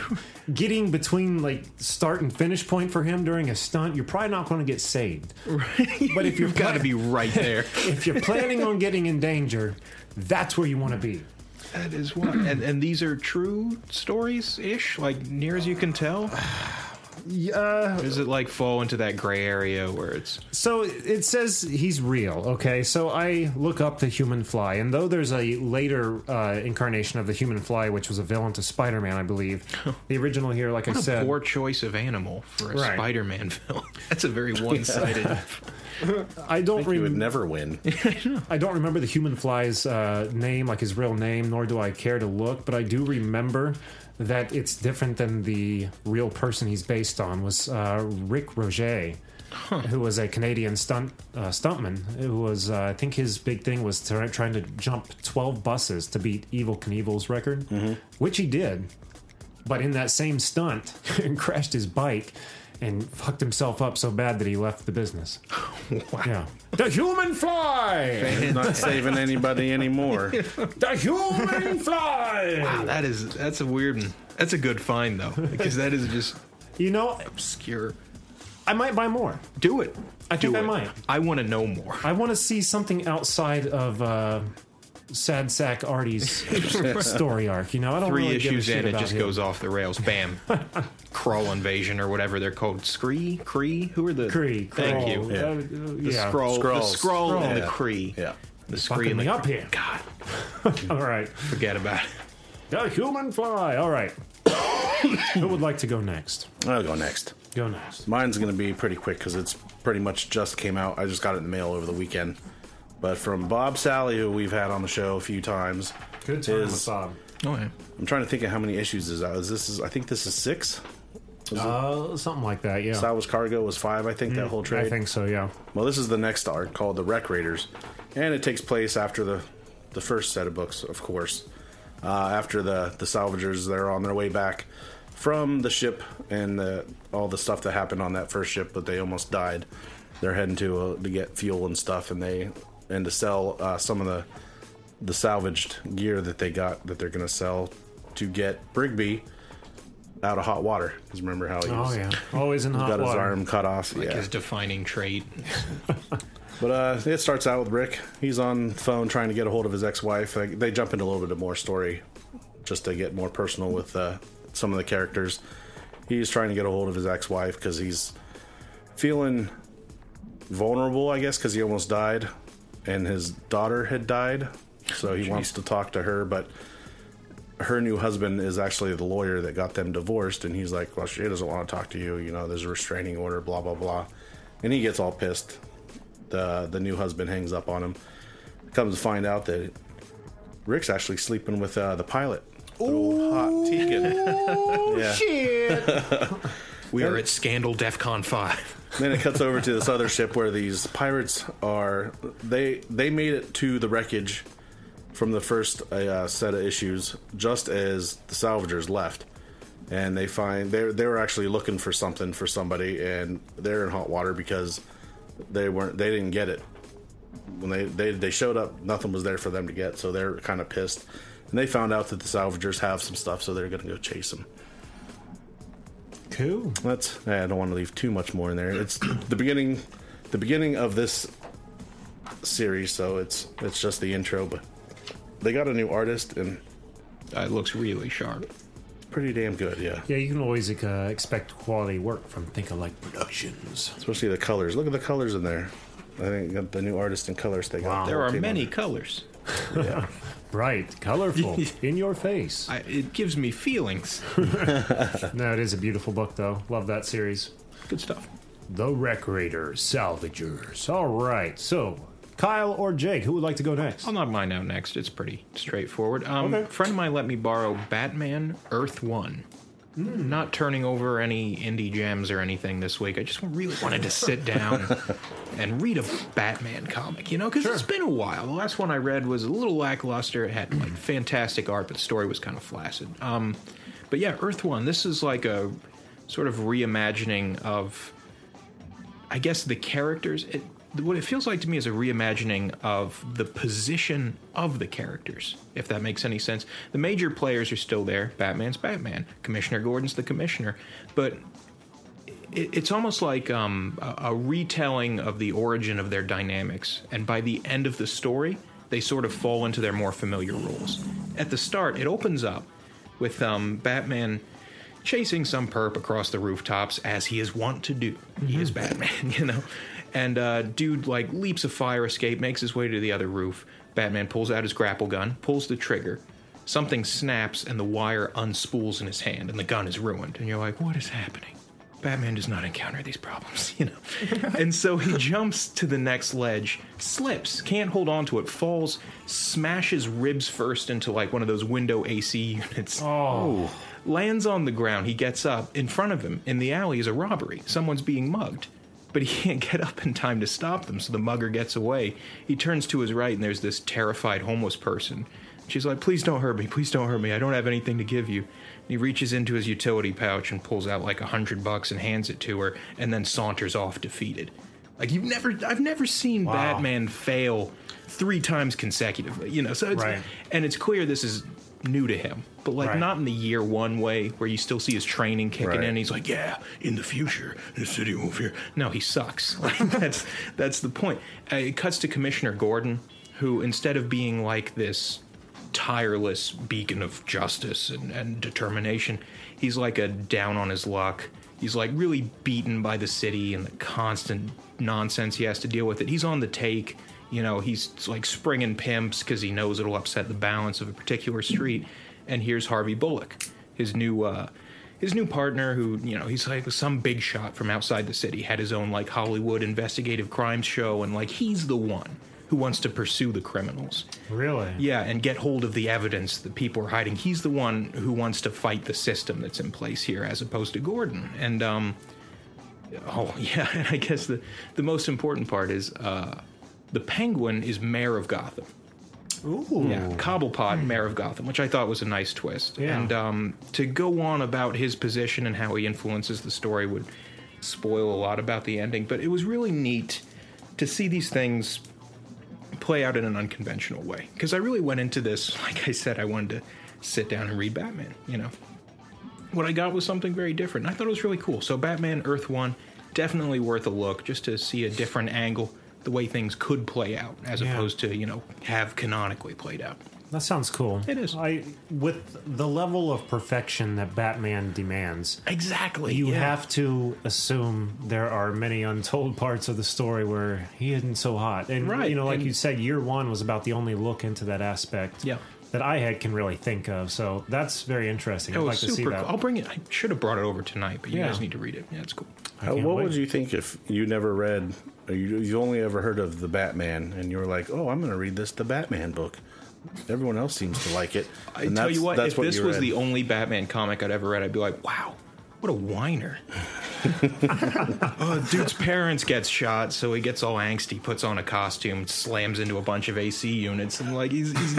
[SPEAKER 3] getting between like start and finish point for him during a stunt, you're probably not going to get saved. Right. But if you're
[SPEAKER 5] You've got to
[SPEAKER 3] pla-
[SPEAKER 5] be right there.
[SPEAKER 3] if you're planning on getting in danger, that's where you want to be.
[SPEAKER 5] that is what. And, and these are true stories ish, like near as you can tell?
[SPEAKER 3] Yeah.
[SPEAKER 5] Does it like fall into that gray area where it's.
[SPEAKER 3] So it says he's real. Okay. So I look up the human fly, and though there's a later uh, incarnation of the human fly, which was a villain to Spider-Man, I believe, the original here, like I
[SPEAKER 5] What a
[SPEAKER 3] said,
[SPEAKER 5] poor choice of animal for a
[SPEAKER 3] Right.
[SPEAKER 5] Spider Man film. That's a very one sided.
[SPEAKER 3] I don't
[SPEAKER 4] You would
[SPEAKER 3] rem-
[SPEAKER 4] never win.
[SPEAKER 3] I don't remember the human fly's uh, name, like his real name, nor do I care to look. But I do remember that it's different than the real person he's based on was uh, Rick Roger, who was a Canadian stunt uh, stuntman. Who was uh, I think his big thing was try- trying to jump twelve buses to beat Evil Knievel's record, which he did. But in that same stunt, crashed his bike and fucked himself up so bad that he left the business. Yeah. The human fly!
[SPEAKER 4] Not saving anybody anymore.
[SPEAKER 3] The human fly!
[SPEAKER 5] Ah, that is. That's a weird one. That's a good find, though, because that is just
[SPEAKER 3] You know,
[SPEAKER 5] obscure.
[SPEAKER 3] I might buy more.
[SPEAKER 5] Do it.
[SPEAKER 3] I think
[SPEAKER 5] Do
[SPEAKER 3] I
[SPEAKER 5] it.
[SPEAKER 3] might.
[SPEAKER 5] I want to know more.
[SPEAKER 3] I want to see something outside of uh, Sad Sack Artie's story arc. You know, I don't
[SPEAKER 5] Three
[SPEAKER 3] really
[SPEAKER 5] issues
[SPEAKER 3] give a shit
[SPEAKER 5] in, it
[SPEAKER 3] about
[SPEAKER 5] just
[SPEAKER 3] him.
[SPEAKER 5] goes off the rails. Bam. Crawl invasion or whatever they're called. Scree? Cree? Who are the.
[SPEAKER 3] Cree,
[SPEAKER 5] Thank
[SPEAKER 3] crawl,
[SPEAKER 5] you.
[SPEAKER 3] uh, uh,
[SPEAKER 5] The
[SPEAKER 3] yeah.
[SPEAKER 5] scroll.
[SPEAKER 4] Skrulls.
[SPEAKER 5] The scroll and the
[SPEAKER 4] Yeah.
[SPEAKER 5] Cree.
[SPEAKER 4] Yeah.
[SPEAKER 5] The scree
[SPEAKER 3] Fucking
[SPEAKER 5] and
[SPEAKER 3] me
[SPEAKER 5] the
[SPEAKER 3] up here.
[SPEAKER 5] God,
[SPEAKER 3] All right.
[SPEAKER 5] forget about it.
[SPEAKER 3] The human fly. All right. Who would like to go next?
[SPEAKER 4] I'll go next.
[SPEAKER 3] Go next.
[SPEAKER 4] Mine's going to be pretty quick because it's pretty much just came out. I just got it in the mail over the weekend. But from Bob Sally, who we've had on the show a few times.
[SPEAKER 3] Good time
[SPEAKER 4] is-
[SPEAKER 3] with Bob.
[SPEAKER 5] Oh, yeah.
[SPEAKER 4] I'm trying to think of how many issues is that. Is this is I think this is six.
[SPEAKER 3] Uh, something like that, yeah. Mm,
[SPEAKER 4] Salvage Cargo was five. I think that whole trade.
[SPEAKER 3] I think so, yeah.
[SPEAKER 4] Well, this is the next arc called The Wreck Raiders, and it takes place after the the first set of books, of course. Uh, after the the salvagers, they're on their way back from the ship and the, all the stuff that happened on that first ship, but they almost died. They're heading to uh, to get fuel and stuff, and they and to sell uh, some of the the salvaged gear that they got that they're gonna sell to get Brigby out of hot water. Because remember how he
[SPEAKER 3] Oh,
[SPEAKER 4] was,
[SPEAKER 3] yeah. Always in hot
[SPEAKER 4] got his
[SPEAKER 3] water.
[SPEAKER 4] arm cut off. yeah.
[SPEAKER 5] His defining trait.
[SPEAKER 4] But uh, it starts out with Rick. He's on the phone trying to get a hold of his ex-wife. Like, They jump into a little bit of more story, just to get more personal with uh, some of the characters. He's trying to get a hold of his ex-wife because he's feeling vulnerable, I guess, because he almost died, and his daughter had died. So he wants to talk to her, but her new husband is actually the lawyer that got them divorced, and he's like, "Well, she doesn't want to talk to you. You know, there's a restraining order, blah blah blah," and he gets all pissed the the new husband hangs up on him. Comes to find out that Rick's actually sleeping with uh, the pilot. The old hot Tegan. yeah.
[SPEAKER 5] We are at Scandal DEFCON 5.
[SPEAKER 4] Then it cuts over to this other ship where these pirates are. They they made it to the wreckage from the first uh, set of issues, just as the salvagers left, and they find they they were actually looking for something for somebody, and they're in hot water because they weren't they didn't get it when they, they they showed up, nothing was there for them to get, so they're kind of pissed. And they found out that the salvagers have some stuff, so they're gonna go chase them.
[SPEAKER 3] Cool.
[SPEAKER 4] That's eh, I don't want to leave too much more in there. It's the beginning, the beginning of this series, so it's it's just the intro. But they got a new artist and
[SPEAKER 5] Uh, it looks really sharp.
[SPEAKER 4] pretty damn good, yeah.
[SPEAKER 3] Yeah, you can always uh, expect quality work from Think Alike Productions.
[SPEAKER 4] Especially the colors. Look at the colors in there. I think the new artist and colors they got.
[SPEAKER 5] There are
[SPEAKER 4] Came
[SPEAKER 5] many
[SPEAKER 4] over.
[SPEAKER 5] colors.
[SPEAKER 3] Bright, colorful, in your face.
[SPEAKER 5] I, it gives me feelings.
[SPEAKER 3] No, it is a beautiful book, though. Love that series.
[SPEAKER 5] Good stuff.
[SPEAKER 3] The Recreator Salvagers. All right, so Kyle or Jake, who would like to go next?
[SPEAKER 5] I'll knock mine out next. It's pretty straightforward. Um, A friend of mine let me borrow Batman Earth One. Not turning over any indie gems or anything this week. I just really wanted to sit down and read a Batman comic, you know, because it's been a while. The last one I read was a little lackluster. It had like fantastic art, but the story was kind of flaccid. Um, but yeah, Earth One. This is like a sort of reimagining of I guess the characters. It, what it feels like to me is a reimagining of the position of the characters, if that makes any sense. The major players are still there. Batman's Batman. Commissioner Gordon's the commissioner. But it, it's almost like um, a, a retelling of the origin of their dynamics. And by the end of the story, they sort of fall into their more familiar roles. At the start, it opens up with um, Batman chasing some perp across the rooftops as he is wont to do. He is Batman, you know. And uh, dude like leaps a fire escape, makes his way to the other roof. Batman pulls out his grapple gun, pulls the trigger. Something snaps and the wire unspools in his hand, and the gun is ruined. And you're like, what is happening? Batman does not encounter these problems, you know. and so he jumps to the next ledge, slips, can't hold on to it, falls, smashes ribs first into like one of those window AC units
[SPEAKER 3] Oh,
[SPEAKER 5] lands on the ground. He gets up. In front of him, in the alley, is a robbery. Someone's being mugged. But he can't get up in time to stop them, so the mugger gets away. He turns to his right, and there's this terrified homeless person. She's like, Please don't hurt me. Please don't hurt me. I don't have anything to give you. And he reaches into his utility pouch and pulls out like a hundred bucks and hands it to her, and then saunters off defeated. Like you've never, I've never seen Batman fail three times consecutively. You know, so it's,
[SPEAKER 3] Right.
[SPEAKER 5] and it's clear this is new to him, but like
[SPEAKER 3] Right.
[SPEAKER 5] not in the year one way where you still see his training kicking
[SPEAKER 4] Right.
[SPEAKER 5] in. He's like, yeah, in the future, the city will fear. No, he sucks. Like that's that's the point. Uh, it cuts to Commissioner Gordon, who instead of being like this tireless beacon of justice and, and determination, he's like a down on his luck. He's like really beaten by the city and the constant nonsense he has to deal with. It. He's on the take. You know, he's like springing pimps because he knows it'll upset the balance of a particular street. And here's Harvey Bullock, his new uh, his new partner, who you know, he's like some big shot from outside the city, had his own like Hollywood investigative crime show, and like he's the one who wants to pursue the criminals.
[SPEAKER 3] really?
[SPEAKER 5] Yeah, and get hold of the evidence that people are hiding. He's the one who wants to fight the system that's in place here, as opposed to Gordon. And um, oh yeah, and I guess the the most important part is uh, the Penguin is mayor of Gotham.
[SPEAKER 3] Ooh. Hmm.
[SPEAKER 5] Yeah, Cobblepot, mayor of Gotham, which I thought was a nice twist.
[SPEAKER 3] Yeah.
[SPEAKER 5] And um, to go on about his position and how he influences the story would spoil a lot about the ending. But it was really neat to see these things play out in an unconventional way because I really went into this, like I said, I wanted to sit down and read Batman. You know, what I got was something very different. and I thought it was really cool. So Batman Earth One, definitely worth a look just to see a different angle. The way things could play out, as
[SPEAKER 3] Yeah.
[SPEAKER 5] opposed to you know have canonically played out.
[SPEAKER 3] That sounds cool.
[SPEAKER 5] It is.
[SPEAKER 3] I with the level of perfection that Batman demands,
[SPEAKER 5] Exactly.
[SPEAKER 3] you have to assume there are many untold parts of the story where he isn't so hot. And
[SPEAKER 5] Right,
[SPEAKER 3] you know, like
[SPEAKER 5] and-
[SPEAKER 3] you said, year one was about the only look into that aspect
[SPEAKER 5] Yeah.
[SPEAKER 3] that I had can really think of. So that's very interesting.
[SPEAKER 5] It
[SPEAKER 3] I'd
[SPEAKER 5] was
[SPEAKER 3] like to see
[SPEAKER 5] super.
[SPEAKER 3] that.
[SPEAKER 5] cool. I'll bring it. I should have brought it over tonight, but you
[SPEAKER 3] Yeah.
[SPEAKER 5] guys need to read it. Yeah, it's cool.
[SPEAKER 4] Uh,
[SPEAKER 3] can't
[SPEAKER 4] what
[SPEAKER 3] wait.
[SPEAKER 4] would you think if you never read, or you, you only ever heard of the Batman, and you were like, "Oh, I'm going to read this the Batman book." Everyone else seems to like it.
[SPEAKER 5] I
[SPEAKER 4] and
[SPEAKER 5] tell
[SPEAKER 4] that's-
[SPEAKER 5] you what,
[SPEAKER 4] that's
[SPEAKER 5] if this
[SPEAKER 4] you
[SPEAKER 5] was
[SPEAKER 4] read.
[SPEAKER 5] the only Batman comic I'd ever read, I'd be like, wow, what a whiner. uh, dude's parents gets shot, so he gets all angsty, puts on a costume, slams into a bunch of AC units, and like he's, he's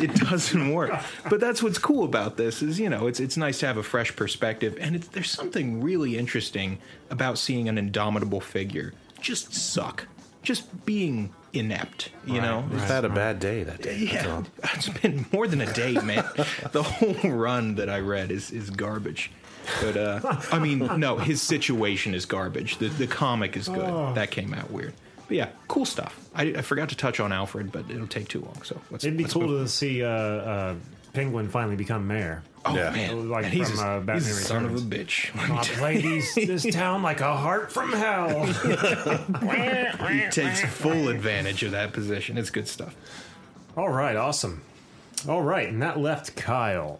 [SPEAKER 5] it doesn't work. But that's what's cool about this is you know it's it's nice to have a fresh perspective, and it's, there's something really interesting about seeing an indomitable figure just suck, just being inept. You know,
[SPEAKER 4] He's had a bad day that day. that's
[SPEAKER 5] yeah,
[SPEAKER 4] all.
[SPEAKER 5] it's been more than a day, man. the whole run that I read is is garbage. But uh, I mean, no, his situation is garbage. The the comic is good.
[SPEAKER 3] Oh.
[SPEAKER 5] That came out weird. But yeah, cool stuff. I, I forgot to touch on Alfred, but it'll take too long. So let's.
[SPEAKER 3] It'd be
[SPEAKER 5] let's
[SPEAKER 3] cool
[SPEAKER 5] move.
[SPEAKER 3] to see uh, uh, Penguin finally become mayor.
[SPEAKER 5] Oh
[SPEAKER 4] Yeah.
[SPEAKER 5] man,
[SPEAKER 3] Like
[SPEAKER 5] And he's,
[SPEAKER 3] from,
[SPEAKER 5] a,
[SPEAKER 3] uh, Batman
[SPEAKER 5] he's a son of a
[SPEAKER 3] Returns.
[SPEAKER 5] bitch. Let me
[SPEAKER 3] I'll
[SPEAKER 5] tell
[SPEAKER 3] play these, this town like a heart from hell.
[SPEAKER 5] you, he takes full advantage of that position. It's good stuff.
[SPEAKER 3] All right, awesome. All right, and that left Kyle.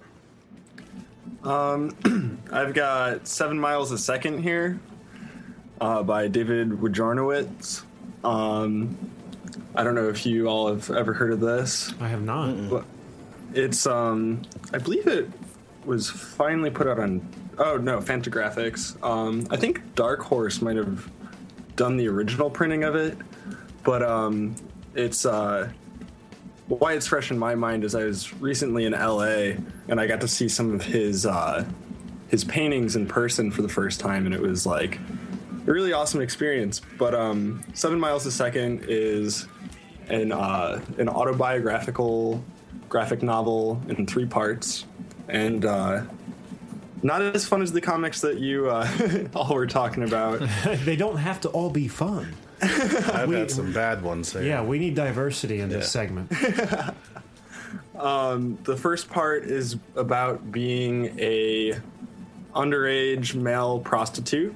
[SPEAKER 6] I've got Seven Miles a Second here uh, by David Wojnarowicz. Um, I don't know if you all have ever heard of this.
[SPEAKER 3] I have not.
[SPEAKER 6] It's, um, I believe it was finally put out on, oh no, Fantagraphics. Um, I think Dark Horse might have done the original printing of it, but um, it's, uh, why it's fresh in my mind is I was recently in LA and I got to see some of his, uh, his paintings in person for the first time, and it was like a really awesome experience. But um, Seven Miles a Second is an uh, an autobiographical graphic novel in three parts, and uh, not as fun as the comics that you uh, all were talking about.
[SPEAKER 3] They don't have to all be fun.
[SPEAKER 4] I've had some bad ones here.
[SPEAKER 3] Yeah, we need diversity in this segment.
[SPEAKER 6] the first part is about being a underage male prostitute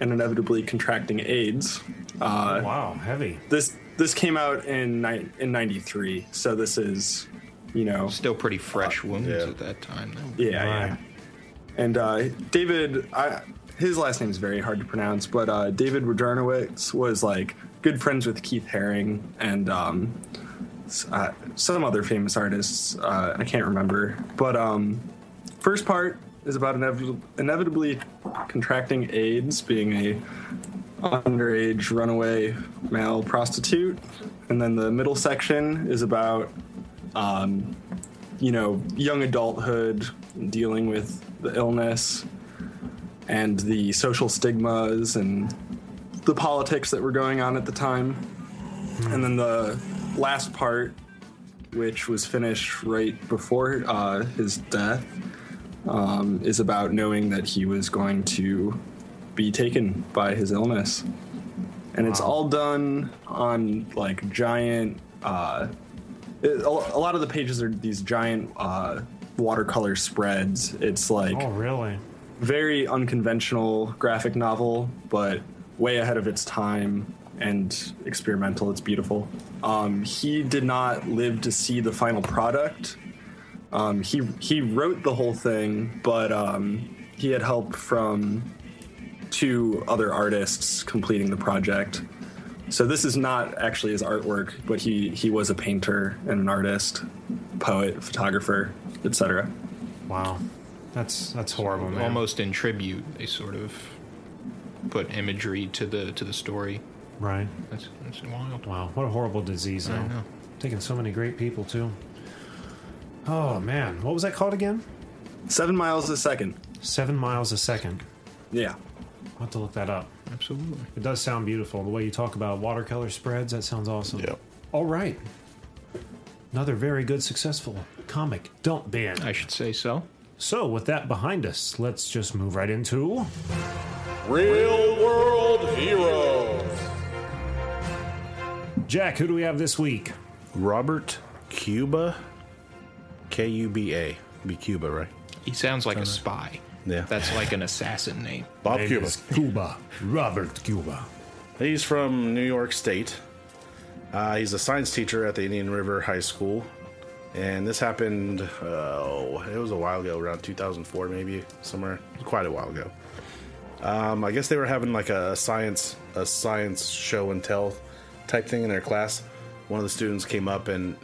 [SPEAKER 6] and inevitably contracting AIDS. Uh,
[SPEAKER 3] Wow, heavy.
[SPEAKER 6] this this came out in ni- in 93 so this is you know
[SPEAKER 5] Still pretty fresh
[SPEAKER 3] Uh,
[SPEAKER 5] wounds
[SPEAKER 4] yeah.
[SPEAKER 5] at that time. Though.
[SPEAKER 6] yeah yeah
[SPEAKER 3] Right.
[SPEAKER 6] and uh david i his last name is very hard to pronounce but uh david Rodernowitz was like good friends with keith haring and um s- uh, some other famous artists uh i can't remember but um first part is about inevit- inevitably contracting aids being a underage runaway male prostitute. And then the middle section is about, um, you know, young adulthood, dealing with the illness and the social stigmas and the politics that were going on at the time. And then the last part, which was finished right before uh, his death, um, is about knowing that he was going to be taken by his illness. And it's all done on like giant. Uh, it, a, a lot of the pages are these giant uh, watercolor spreads. It's like
[SPEAKER 3] Oh, really?
[SPEAKER 6] very unconventional graphic novel, but way ahead of its time and experimental. It's beautiful. Um, he did not live to see the final product. Um, he he wrote the whole thing, but um, he had help from two other artists completing the project. So this is not actually his artwork, but he he was a painter and an artist, poet, photographer, etc.
[SPEAKER 3] Wow, that's that's horrible, man.
[SPEAKER 5] Almost in tribute, they sort of put imagery to the to the story.
[SPEAKER 3] right.
[SPEAKER 5] That's that's wild.
[SPEAKER 3] Wow, what a horrible disease. Though.
[SPEAKER 5] know.
[SPEAKER 3] Taking so many great people too. Oh man, what was that called again?
[SPEAKER 6] Seven miles a second.
[SPEAKER 3] Seven miles a second.
[SPEAKER 6] Yeah.
[SPEAKER 3] I'll have to look that up.
[SPEAKER 5] Absolutely.
[SPEAKER 3] It does sound beautiful. The way you talk about watercolor spreads, that sounds awesome.
[SPEAKER 4] Yep.
[SPEAKER 3] All right. Another very good, successful comic. Don't ban.
[SPEAKER 5] I should say so.
[SPEAKER 3] So, with that behind us, let's just move right into.
[SPEAKER 7] Real world heroes.
[SPEAKER 3] Jack, who do we have this week?
[SPEAKER 4] Robert Cuba, K U B A, be Cuba, right?
[SPEAKER 5] He sounds like a spy.
[SPEAKER 4] Yeah.
[SPEAKER 5] That's like an assassin name.
[SPEAKER 4] Bob
[SPEAKER 3] Name
[SPEAKER 4] Cuba.
[SPEAKER 3] is Cuba. Robert Cuba.
[SPEAKER 4] He's from New York State. Uh, he's a science teacher at the Indian River High School. And this happened, oh, it was a while ago, around 2004, maybe, somewhere, quite a while ago. Um, I guess they were having like a science, a science show and tell type thing in their class. One of the students came up and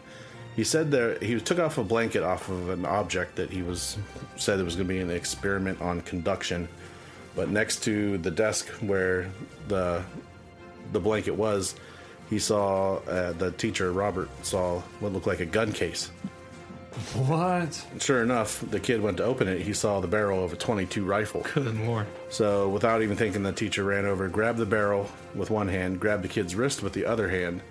[SPEAKER 4] he said that he took off a blanket off of an object that he was said it was going to be an experiment on conduction. But next to the desk where the the blanket was, he saw uh, the teacher Robert saw what looked like a gun case.
[SPEAKER 3] What?
[SPEAKER 4] Sure enough, the kid went to open it. He saw the barrel of a 22 rifle.
[SPEAKER 5] Good lord.
[SPEAKER 4] So, without even thinking, the teacher ran over, grabbed the barrel with one hand, grabbed the kid's wrist with the other hand,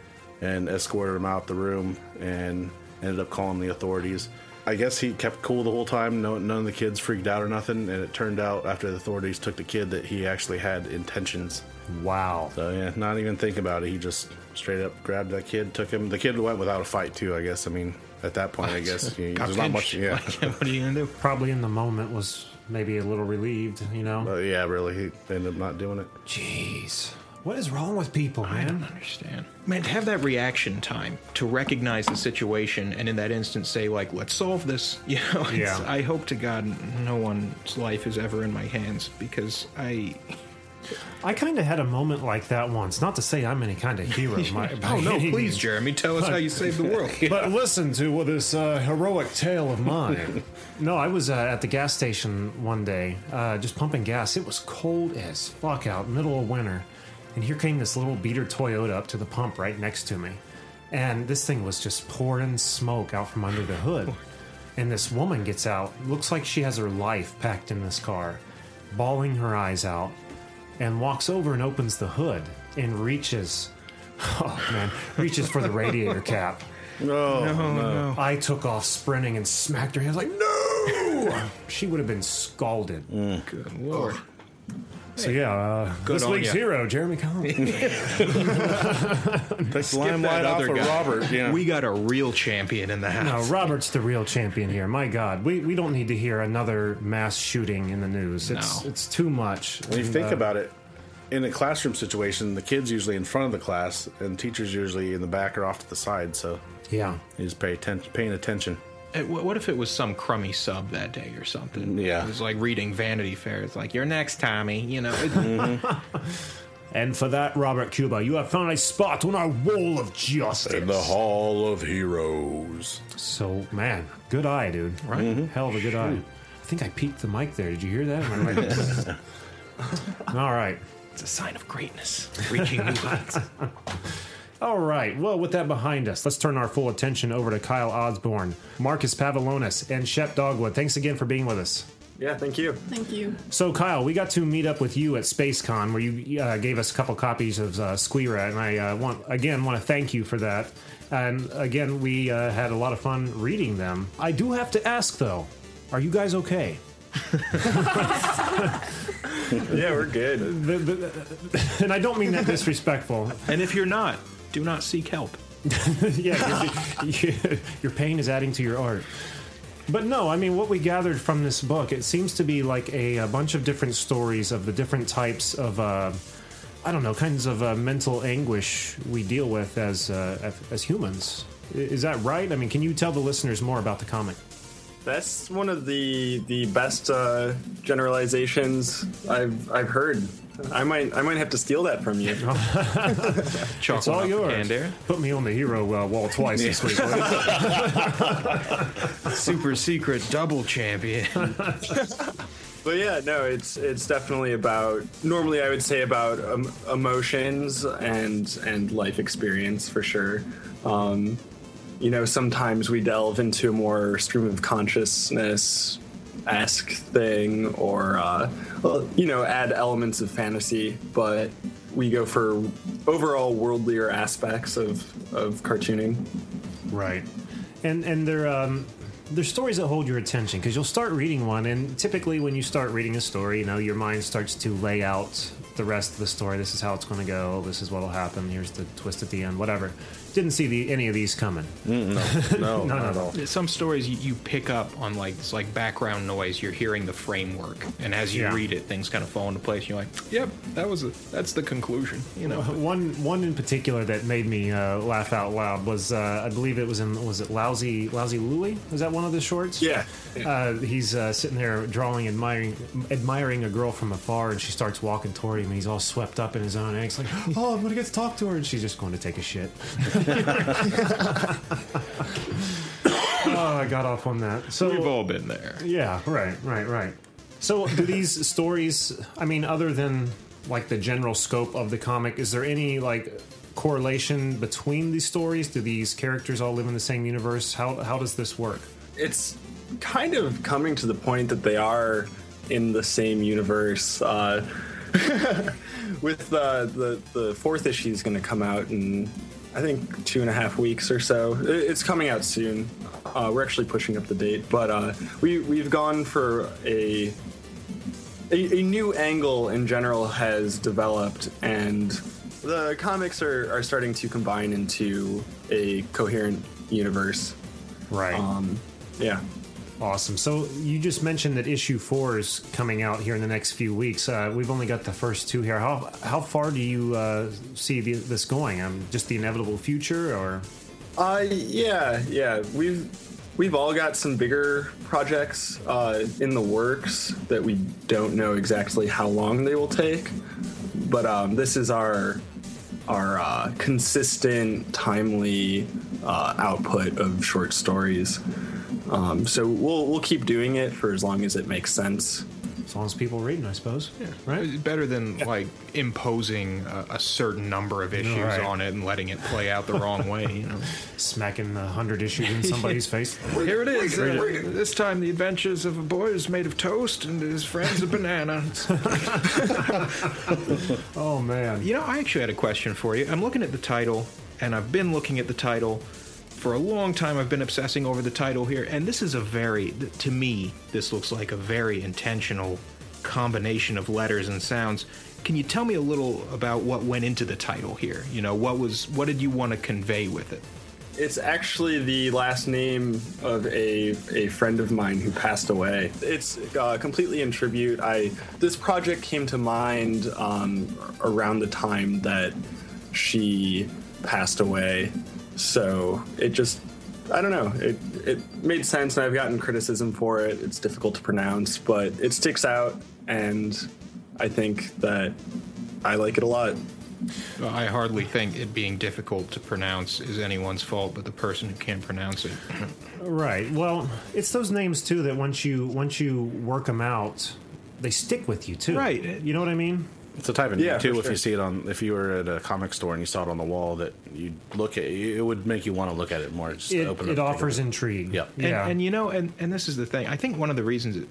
[SPEAKER 4] and escorted him out the room and ended up calling the authorities. I guess he kept cool the whole time. No, none of the kids freaked out or nothing. And it turned out after the authorities took the kid that he actually had intentions.
[SPEAKER 3] Wow.
[SPEAKER 4] So yeah, not even think about it. He just straight up grabbed that kid, took him. The kid went without a fight too. I guess. I mean, at that point, I guess you-
[SPEAKER 5] Got
[SPEAKER 4] there's not much.
[SPEAKER 5] pinched.
[SPEAKER 4] Yeah,
[SPEAKER 5] Like, what are you gonna do?
[SPEAKER 3] Probably in the moment was maybe a little relieved, you know?
[SPEAKER 4] But yeah, really, he ended up not doing it.
[SPEAKER 5] Jeez.
[SPEAKER 3] What is wrong with people,
[SPEAKER 5] I don't
[SPEAKER 3] man?
[SPEAKER 5] understand. Man, to have that reaction time to recognize the situation and in that instant say, like, let's solve this. You know, it's-
[SPEAKER 3] Yeah.
[SPEAKER 5] I hope to God no one's life is ever in my hands because I.
[SPEAKER 3] I kind of had a moment like that once. Not to say I'm any kind of hero. My, by
[SPEAKER 5] Oh, no,
[SPEAKER 3] any
[SPEAKER 5] please,
[SPEAKER 3] means.
[SPEAKER 5] Jeremy, tell us how you saved the world.
[SPEAKER 3] But listen to this uh, heroic tale of mine. no, I was uh, at the gas station one day, uh, just pumping gas. It was cold as fuck out, middle of winter, and here came this little beater Toyota up to the pump right next to me, and this thing was just pouring smoke out from under the hood. And this woman gets out, looks like she has her life packed in this car, bawling her eyes out, and walks over and opens the hood and reaches. Oh man, reaches for the radiator cap.
[SPEAKER 4] Oh, No,
[SPEAKER 3] I took off sprinting and smacked her hand. I was like, no! she would have been scalded.
[SPEAKER 4] Mm.
[SPEAKER 5] Good lord.
[SPEAKER 3] So, yeah, uh, this
[SPEAKER 5] on
[SPEAKER 3] week's
[SPEAKER 5] ya.
[SPEAKER 3] hero, Jeremy Collins.
[SPEAKER 4] Take the limelight
[SPEAKER 5] that
[SPEAKER 4] off
[SPEAKER 5] other
[SPEAKER 4] of
[SPEAKER 5] guy.
[SPEAKER 4] Robert. Oh, Yeah.
[SPEAKER 5] We got a real champion in the
[SPEAKER 3] no,
[SPEAKER 5] house.
[SPEAKER 3] Robert's the real champion here. My God, we, we don't need to hear another mass shooting in the news. It's
[SPEAKER 5] No.
[SPEAKER 3] it's too much.
[SPEAKER 4] When you
[SPEAKER 3] And,
[SPEAKER 4] think
[SPEAKER 3] uh,
[SPEAKER 4] about it, in a classroom situation, the kid's usually in front of the class, and teachers usually in the back or off to the side. So
[SPEAKER 3] yeah,
[SPEAKER 4] you just pay atten- paying attention.
[SPEAKER 5] Uh, wh- What if it was some crummy sub that day or something?
[SPEAKER 4] Yeah.
[SPEAKER 5] It was like reading Vanity Fair. It's like, you're next, Tommy. You know, it-
[SPEAKER 3] Mm-hmm. and for that, Robert Cuba, you have found a spot on our wall of justice.
[SPEAKER 2] Hall of Heroes. Mm-hmm.
[SPEAKER 3] So, man, good eye, dude. Right? Hell of a good eye. I think I peeked the mic there. Did you hear that? Am I right? All right.
[SPEAKER 5] it's a sign of greatness. Reaching new heights.
[SPEAKER 3] All right. Well, with that behind us, let's turn our full attention over to Kyle Osborne, Marcus Pavilonis, and Shep Dogwood. Thanks again for being with us.
[SPEAKER 6] Yeah, thank you.
[SPEAKER 8] Thank you.
[SPEAKER 3] So, Kyle, we got to meet up with you at SpaceCon, where you uh, gave us a couple copies of uh, Squira, and I uh, want again want to thank you for that. And again, we uh, had a lot of fun reading them. I do have to ask though, are you guys okay?
[SPEAKER 6] Yeah, we're good.
[SPEAKER 3] The- the- and I don't mean that disrespectful.
[SPEAKER 5] And if you're not, do not seek help.
[SPEAKER 3] yeah, your, your pain is adding to your art. But no, I mean, what we gathered from this book, it seems to be like a, a bunch of different stories of the different types of, uh, I don't know, kinds of uh, mental anguish we deal with as uh, as- as humans. I- Is that right? I mean, can you tell the listeners more about the comic?
[SPEAKER 6] That's one of the the best uh, generalizations I've I've heard. I might I might have to steal that from you.
[SPEAKER 5] Chalk
[SPEAKER 3] It's all yours.
[SPEAKER 5] And there.
[SPEAKER 3] Put me on the hero uh, wall twice this week. will you?
[SPEAKER 5] Super secret double champion.
[SPEAKER 6] But yeah, no, it's it's definitely about. Normally, I would say about um, emotions and and life experience for sure. Um, you know, sometimes we delve into a more stream of consciousness esque thing, or uh, well, you know, add elements of fantasy. But we go for overall worldlier aspects of of cartooning.
[SPEAKER 3] Right. And and they're um, they're stories that hold your attention because you'll start reading one, and typically when you start reading a story, you know your mind starts to lay out the rest of the story. This is how it's going to go. This is what'll happen. Here's the twist at the end. Whatever. Didn't see the, any of these coming.
[SPEAKER 4] No,
[SPEAKER 3] no,
[SPEAKER 4] not at
[SPEAKER 3] no.
[SPEAKER 4] all.
[SPEAKER 5] Some stories you, you pick up on like it's like background noise. You're hearing the framework, and as you
[SPEAKER 3] Yeah.
[SPEAKER 5] read it, things kind of fall into place. You're like, "Yep, that was a, that's the conclusion." You know,
[SPEAKER 3] One one in particular that made me uh, laugh out loud was uh, I believe it was in was it Lousy Lousy Louie? Was that one of the shorts?
[SPEAKER 6] Yeah.
[SPEAKER 3] Uh, he's uh, sitting there drawing, admiring, admiring a girl from afar, and she starts walking toward him, and he's all swept up in his own angst, like, "Oh, I'm gonna get to talk to her," and she's just going to take a shit. oh, I got off on that. So
[SPEAKER 5] we've all been there.
[SPEAKER 3] yeah, right, right, right. So, do these stories? I mean, other than like the general scope of the comic, is there any like correlation between these stories? Do these characters all live in the same universe? How how does this work?
[SPEAKER 6] it's kind of coming to the point that they are in the same universe. Uh, with the, the the fourth issue is going to come out in I think two and a half weeks or so. I- It's coming out soon. Uh, we're actually pushing up the date, but uh, we we've gone for a, a a new angle in general has developed, and the comics are are starting to combine into a coherent universe. Um,
[SPEAKER 3] Right.
[SPEAKER 6] Yeah.
[SPEAKER 3] Um, Awesome. So you just mentioned that issue four is coming out here in the next few weeks. Uh, we've only got the first two here. How how far do you uh, see the, this going? Um, just the inevitable future, or
[SPEAKER 6] Uh, yeah, yeah. We've we've all got some bigger projects uh, in the works that we don't know exactly how long they will take, but um, this is our our uh, consistent, timely uh, output of short stories. Um, so we'll we'll keep doing it for as long as it makes sense.
[SPEAKER 3] as long as people are reading, I suppose.
[SPEAKER 5] It's
[SPEAKER 3] Right.
[SPEAKER 5] better than like imposing a, a certain number of issues
[SPEAKER 3] right.
[SPEAKER 5] on it and letting it play out the wrong way. You know?
[SPEAKER 3] Smacking the hundred issues in somebody's face.
[SPEAKER 5] Here it is. this time, the adventures of a boy who's made of toast and his friend's a banana.
[SPEAKER 3] Oh man.
[SPEAKER 5] You know, I actually had a question for you. I'm looking at the title, and I've been looking at the title for a long time. I've been obsessing over the title here, and this is a very, th- to me, this looks like a very intentional combination of letters and sounds. Can you tell me a little about what went into the title here? You know, what was, what did you want to convey with it?
[SPEAKER 6] It's actually the last name of a, a friend of mine who passed away. It's uh, completely in tribute. I this project came to mind um, around the time that she passed away, so it just I don't know. It it made sense, and I've gotten criticism for it. It's difficult to pronounce, but it sticks out, and I think that I like it a lot.
[SPEAKER 5] Well, I hardly think it being difficult to pronounce is anyone's fault, but the person who can't pronounce it.
[SPEAKER 3] Right. Well, it's those names too that once you once you work them out, they stick with you too.
[SPEAKER 5] Right.
[SPEAKER 3] You know what I mean?
[SPEAKER 4] It's a type of
[SPEAKER 6] Yeah,
[SPEAKER 4] name too.
[SPEAKER 6] for
[SPEAKER 4] If
[SPEAKER 6] sure.
[SPEAKER 4] you see it on, if you were at a comic store and you saw it on the wall, that you would look at, it would make you want to look at it more. Just to
[SPEAKER 3] It,
[SPEAKER 4] open
[SPEAKER 3] it
[SPEAKER 4] up and take a
[SPEAKER 3] offers
[SPEAKER 4] look.
[SPEAKER 3] intrigue.
[SPEAKER 4] Yep.
[SPEAKER 5] And,
[SPEAKER 3] Yeah.
[SPEAKER 5] and you know, and, and this is the thing. I think one of the reasons it,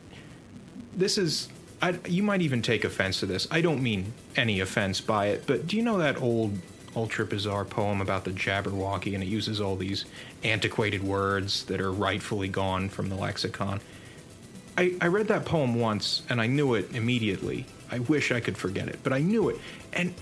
[SPEAKER 5] this is, I, you might even take offense to this. I don't mean any offense by it, but do you know that old ultra bizarre poem about the Jabberwocky, and it uses all these antiquated words that are rightfully gone from the lexicon? I, I read that poem once, and I knew it immediately. I wish I could forget it, but I knew it, and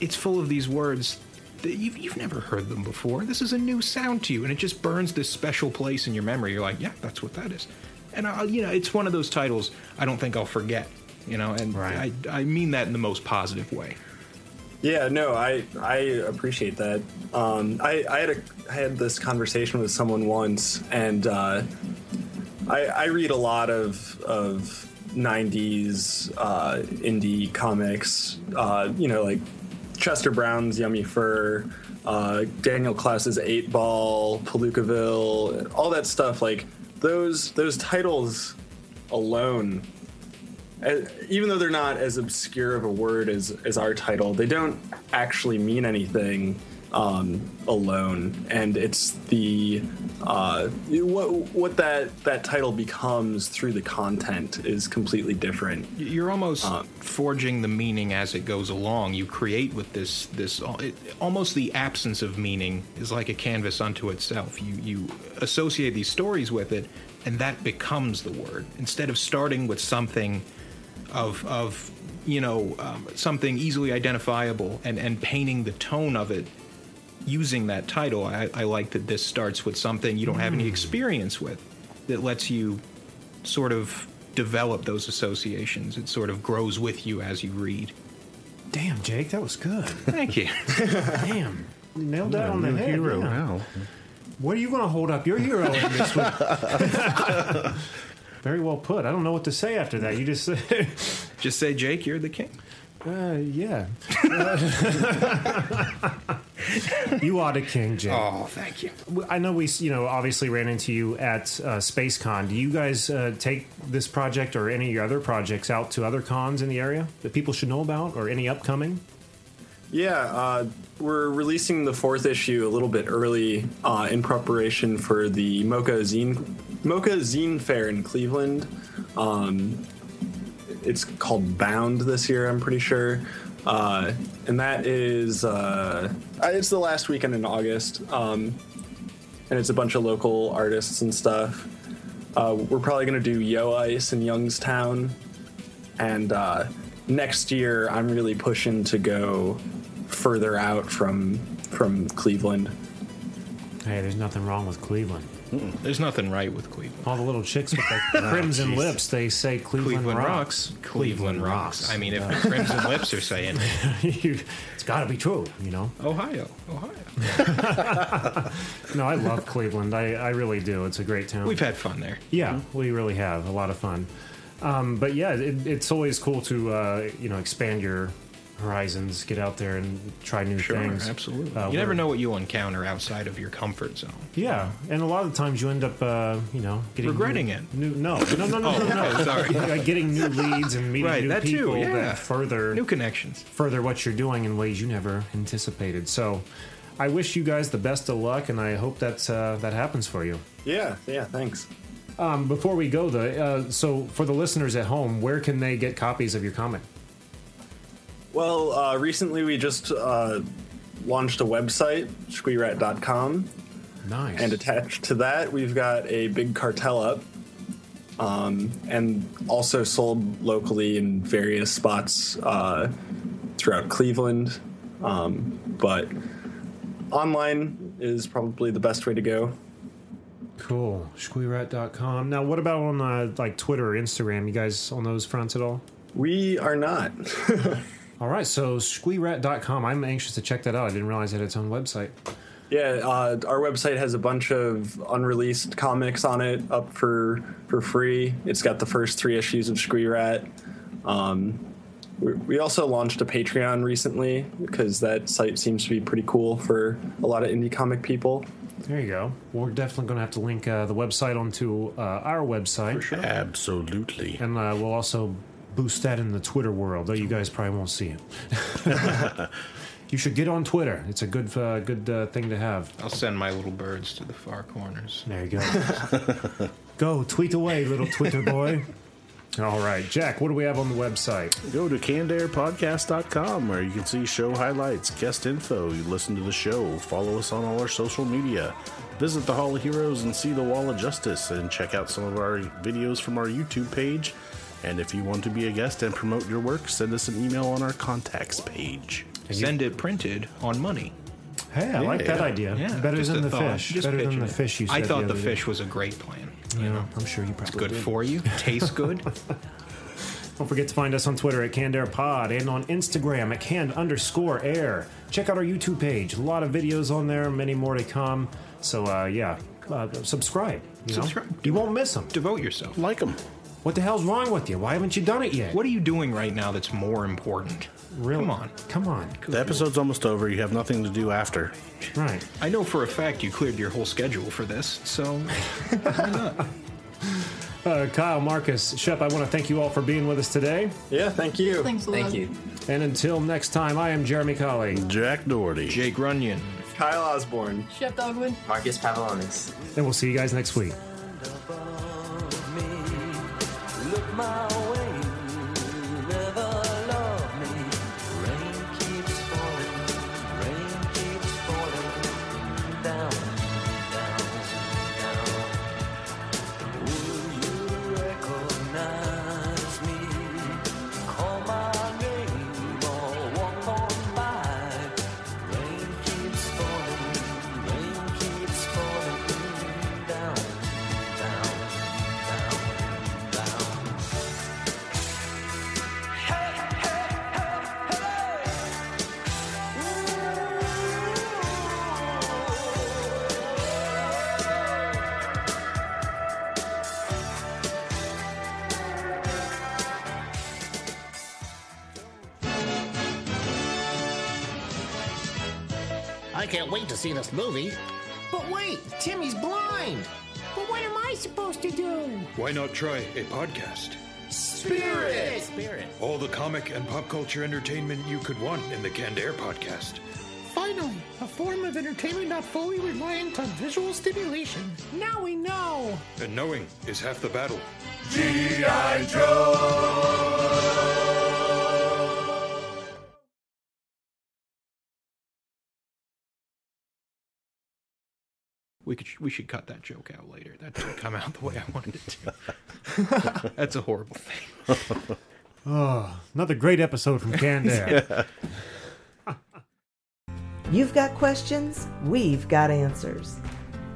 [SPEAKER 5] it's full of these words that you've, you've never heard them before. This is a new sound to you, and it just burns this special place in your memory. You're like, yeah, that's what that is. And I, you know, it's one of those titles I don't think I'll forget. You know, and
[SPEAKER 3] Right.
[SPEAKER 5] I, I mean that in the most positive way.
[SPEAKER 6] Yeah, no, I I appreciate that. Um, I I had a I had this conversation with someone once, and uh, I I read a lot of of '90s uh, indie comics. Uh, you know, like Chester Brown's Yummy Fur, uh, Daniel Klaus's Eight Ball, Palookaville, all that stuff. Like those those titles alone as- Uh, even though they're not as obscure of a word as as our title, they don't actually mean anything um, alone. And it's the uh, what what that that title becomes through the content is completely different.
[SPEAKER 5] You're almost forging the meaning as it goes along. You create with this this it, almost the absence of meaning is like a canvas unto itself. You you associate these stories with it, and that becomes the word instead of starting with something of of you know um, something easily identifiable and and painting the tone of it using that title. I, I like that this starts with something you don't have any experience with that lets you sort of develop those associations. It sort of grows with you as you read.
[SPEAKER 3] Damn, Jake, that was good.
[SPEAKER 5] Thank you.
[SPEAKER 3] Damn. You Nailed that on the
[SPEAKER 4] New
[SPEAKER 3] head.
[SPEAKER 4] hero
[SPEAKER 3] yeah.
[SPEAKER 4] now.
[SPEAKER 3] What are you going to hold up your hero in this week? Very well put. I don't know what to say after that. You just said,
[SPEAKER 5] Just say, Jake, you're the king.
[SPEAKER 3] uh, yeah. you are the king, Jake.
[SPEAKER 5] Oh, thank you.
[SPEAKER 3] I know we, you know, obviously ran into you at uh, SpaceCon. Do you guys uh, take this project or any of your other projects out to other cons in the area that people should know about or any upcoming?
[SPEAKER 6] Yeah, uh, we're releasing the fourth issue a little bit early uh, in preparation for the Mocha Zine Mocha Zine Fair in Cleveland. Um, it's called Bound this year, I'm pretty sure. uh, and that is uh, it's the last weekend in August, um, and it's a bunch of local artists and stuff. Uh, we're probably gonna do Yo Ice in Youngstown, and uh, next year I'm really pushing to go further out from from Cleveland.
[SPEAKER 3] Hey, there's nothing wrong with Cleveland.
[SPEAKER 5] There's nothing right with Cleveland.
[SPEAKER 3] All the little chicks with the crimson
[SPEAKER 5] jeez.
[SPEAKER 3] lips, they say Cleveland,
[SPEAKER 5] Cleveland
[SPEAKER 3] rocks.
[SPEAKER 5] rocks. Cleveland rocks. I mean, if the Crimson Lips are saying it.
[SPEAKER 3] You- it's got to be true, you know.
[SPEAKER 5] Ohio, Ohio.
[SPEAKER 3] No, I love Cleveland. I, I really do. It's a great town.
[SPEAKER 5] We've had fun there.
[SPEAKER 3] yeah, we really have a lot of fun. Um, but yeah, it, it's always cool to uh, you know expand your horizons, get out there and try new
[SPEAKER 5] Sure,
[SPEAKER 3] things.
[SPEAKER 5] absolutely.
[SPEAKER 3] Uh,
[SPEAKER 5] you
[SPEAKER 3] we're-
[SPEAKER 5] never know what you'll encounter outside of your comfort zone.
[SPEAKER 3] Yeah, and a lot of times you end up, uh, you know, getting
[SPEAKER 5] Regretting
[SPEAKER 3] new,
[SPEAKER 5] it.
[SPEAKER 3] New, no, no, no, no, no, no.
[SPEAKER 5] Oh, sorry.
[SPEAKER 3] Like getting new leads and meeting
[SPEAKER 5] Right,
[SPEAKER 3] new
[SPEAKER 5] that too,
[SPEAKER 3] people
[SPEAKER 5] yeah.
[SPEAKER 3] that further
[SPEAKER 5] New connections.
[SPEAKER 3] further what you're doing in ways you never anticipated. So, I wish you guys the best of luck, and I hope that uh, that happens for you.
[SPEAKER 6] Yeah, yeah. Thanks.
[SPEAKER 3] Um, before we go, though, uh, so for the listeners at home, where can they get copies of your comic?
[SPEAKER 6] Well, uh, recently we just uh, launched a website, squeerat.com,
[SPEAKER 3] Nice.
[SPEAKER 6] and attached to that we've got a big cartel up, um, and also sold locally in various spots uh, throughout Cleveland. Um, but online is probably the best way to go.
[SPEAKER 3] cool. Squeerat.com. Now, what about on uh, like Twitter or Instagram? You guys on those fronts at all?
[SPEAKER 6] We are not.
[SPEAKER 3] All right, so squeerat.com. I'm anxious to check that out. I didn't realize it had its own website.
[SPEAKER 6] Yeah, uh, our website has a bunch of unreleased comics on it up for for free. It's got the first three issues of Scree Rat. Um, we, we also launched a Patreon recently because that site seems to be pretty cool for a lot of indie comic people.
[SPEAKER 3] There you go. We're definitely going to have to link uh, the website onto uh, our website.
[SPEAKER 2] Absolutely.
[SPEAKER 3] And uh, we'll also boost that in the Twitter world, though you guys probably won't see it. you should get on Twitter. It's a good, uh, good uh, thing to have.
[SPEAKER 5] I'll send my little birds to the far corners.
[SPEAKER 3] There you go. go tweet away, little Twitter boy. All right, Jack. What do we have on the website?
[SPEAKER 4] Go to candairpodcast.com where you can see show highlights, guest info, you listen to the show, follow us on all our social media, visit the Hall of Heroes and see the Wall of Justice, and check out some of our videos from our YouTube page. And if you want to be a guest and promote your work, send us an email on our contacts page.
[SPEAKER 5] Send it printed on money.
[SPEAKER 3] Hey, I like that idea.
[SPEAKER 5] Yeah,
[SPEAKER 3] Better
[SPEAKER 5] just
[SPEAKER 3] than
[SPEAKER 5] a
[SPEAKER 3] the
[SPEAKER 5] thought.
[SPEAKER 3] fish.
[SPEAKER 5] Just
[SPEAKER 3] Better than
[SPEAKER 5] picture
[SPEAKER 3] the
[SPEAKER 5] it.
[SPEAKER 3] fish you said.
[SPEAKER 5] I thought the
[SPEAKER 3] other day.
[SPEAKER 5] fish was a great plan.
[SPEAKER 3] You know, I'm sure you probably
[SPEAKER 5] Good
[SPEAKER 3] did.
[SPEAKER 5] for you. Tastes good.
[SPEAKER 3] Don't forget to find us on Twitter at CandairPod and on Instagram at Cand underscore air. Check out our YouTube page. A lot of videos on there, many more to come. So, uh, yeah, uh, subscribe. You, know?
[SPEAKER 5] Subscribe.
[SPEAKER 3] you won't miss them.
[SPEAKER 5] Devote yourself.
[SPEAKER 4] Like them.
[SPEAKER 3] What the hell's wrong with you? Why haven't you done it yet?
[SPEAKER 5] What are you doing right now that's more important?
[SPEAKER 3] Really?
[SPEAKER 5] Come on.
[SPEAKER 3] Come on.
[SPEAKER 4] The episode's almost over. You have nothing to do after.
[SPEAKER 3] Right.
[SPEAKER 5] I know for a fact you cleared your whole schedule for this, so
[SPEAKER 3] Uh, Kyle, Marcus, Shep, I want to thank you all for being with us today.
[SPEAKER 6] Yeah, thank you.
[SPEAKER 8] Thanks a lot.
[SPEAKER 9] Thank you.
[SPEAKER 3] And until next time, I am Jeremy Colley.
[SPEAKER 4] Jack Doherty.
[SPEAKER 5] Jake Runyon.
[SPEAKER 6] Kyle Osborne.
[SPEAKER 8] Chef Dogwood.
[SPEAKER 9] Marcus Pavlonis.
[SPEAKER 3] And we'll see you guys next week.
[SPEAKER 10] above me. Look my way, never love me. Rain keeps falling, rain keeps falling down, down, down. Will you recognize me? Call my name or walk on by. Rain keeps falling, rain keeps falling down, down.
[SPEAKER 11] I can't wait to see this movie. But wait, Timmy's blind. But what am I supposed to do?
[SPEAKER 12] Why not try a podcast?
[SPEAKER 11] Spirit. Spirit.
[SPEAKER 12] All the comic and pop culture entertainment you could want in the Canned Air podcast.
[SPEAKER 11] Finally, a form of entertainment not fully reliant on visual stimulation. Now we know.
[SPEAKER 12] And knowing is half the battle.
[SPEAKER 5] We could we should cut that joke out later. That didn't come out the way I wanted it to. That's a horrible thing.
[SPEAKER 3] Oh, another great episode from Candair.
[SPEAKER 8] You've got questions, we've got answers.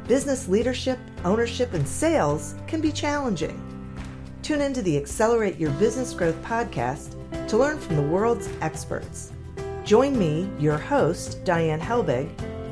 [SPEAKER 8] Business leadership, ownership, and sales can be challenging. Tune into the Accelerate Your Business Growth podcast to learn from the world's experts. Join me, your host, Diane Helbig,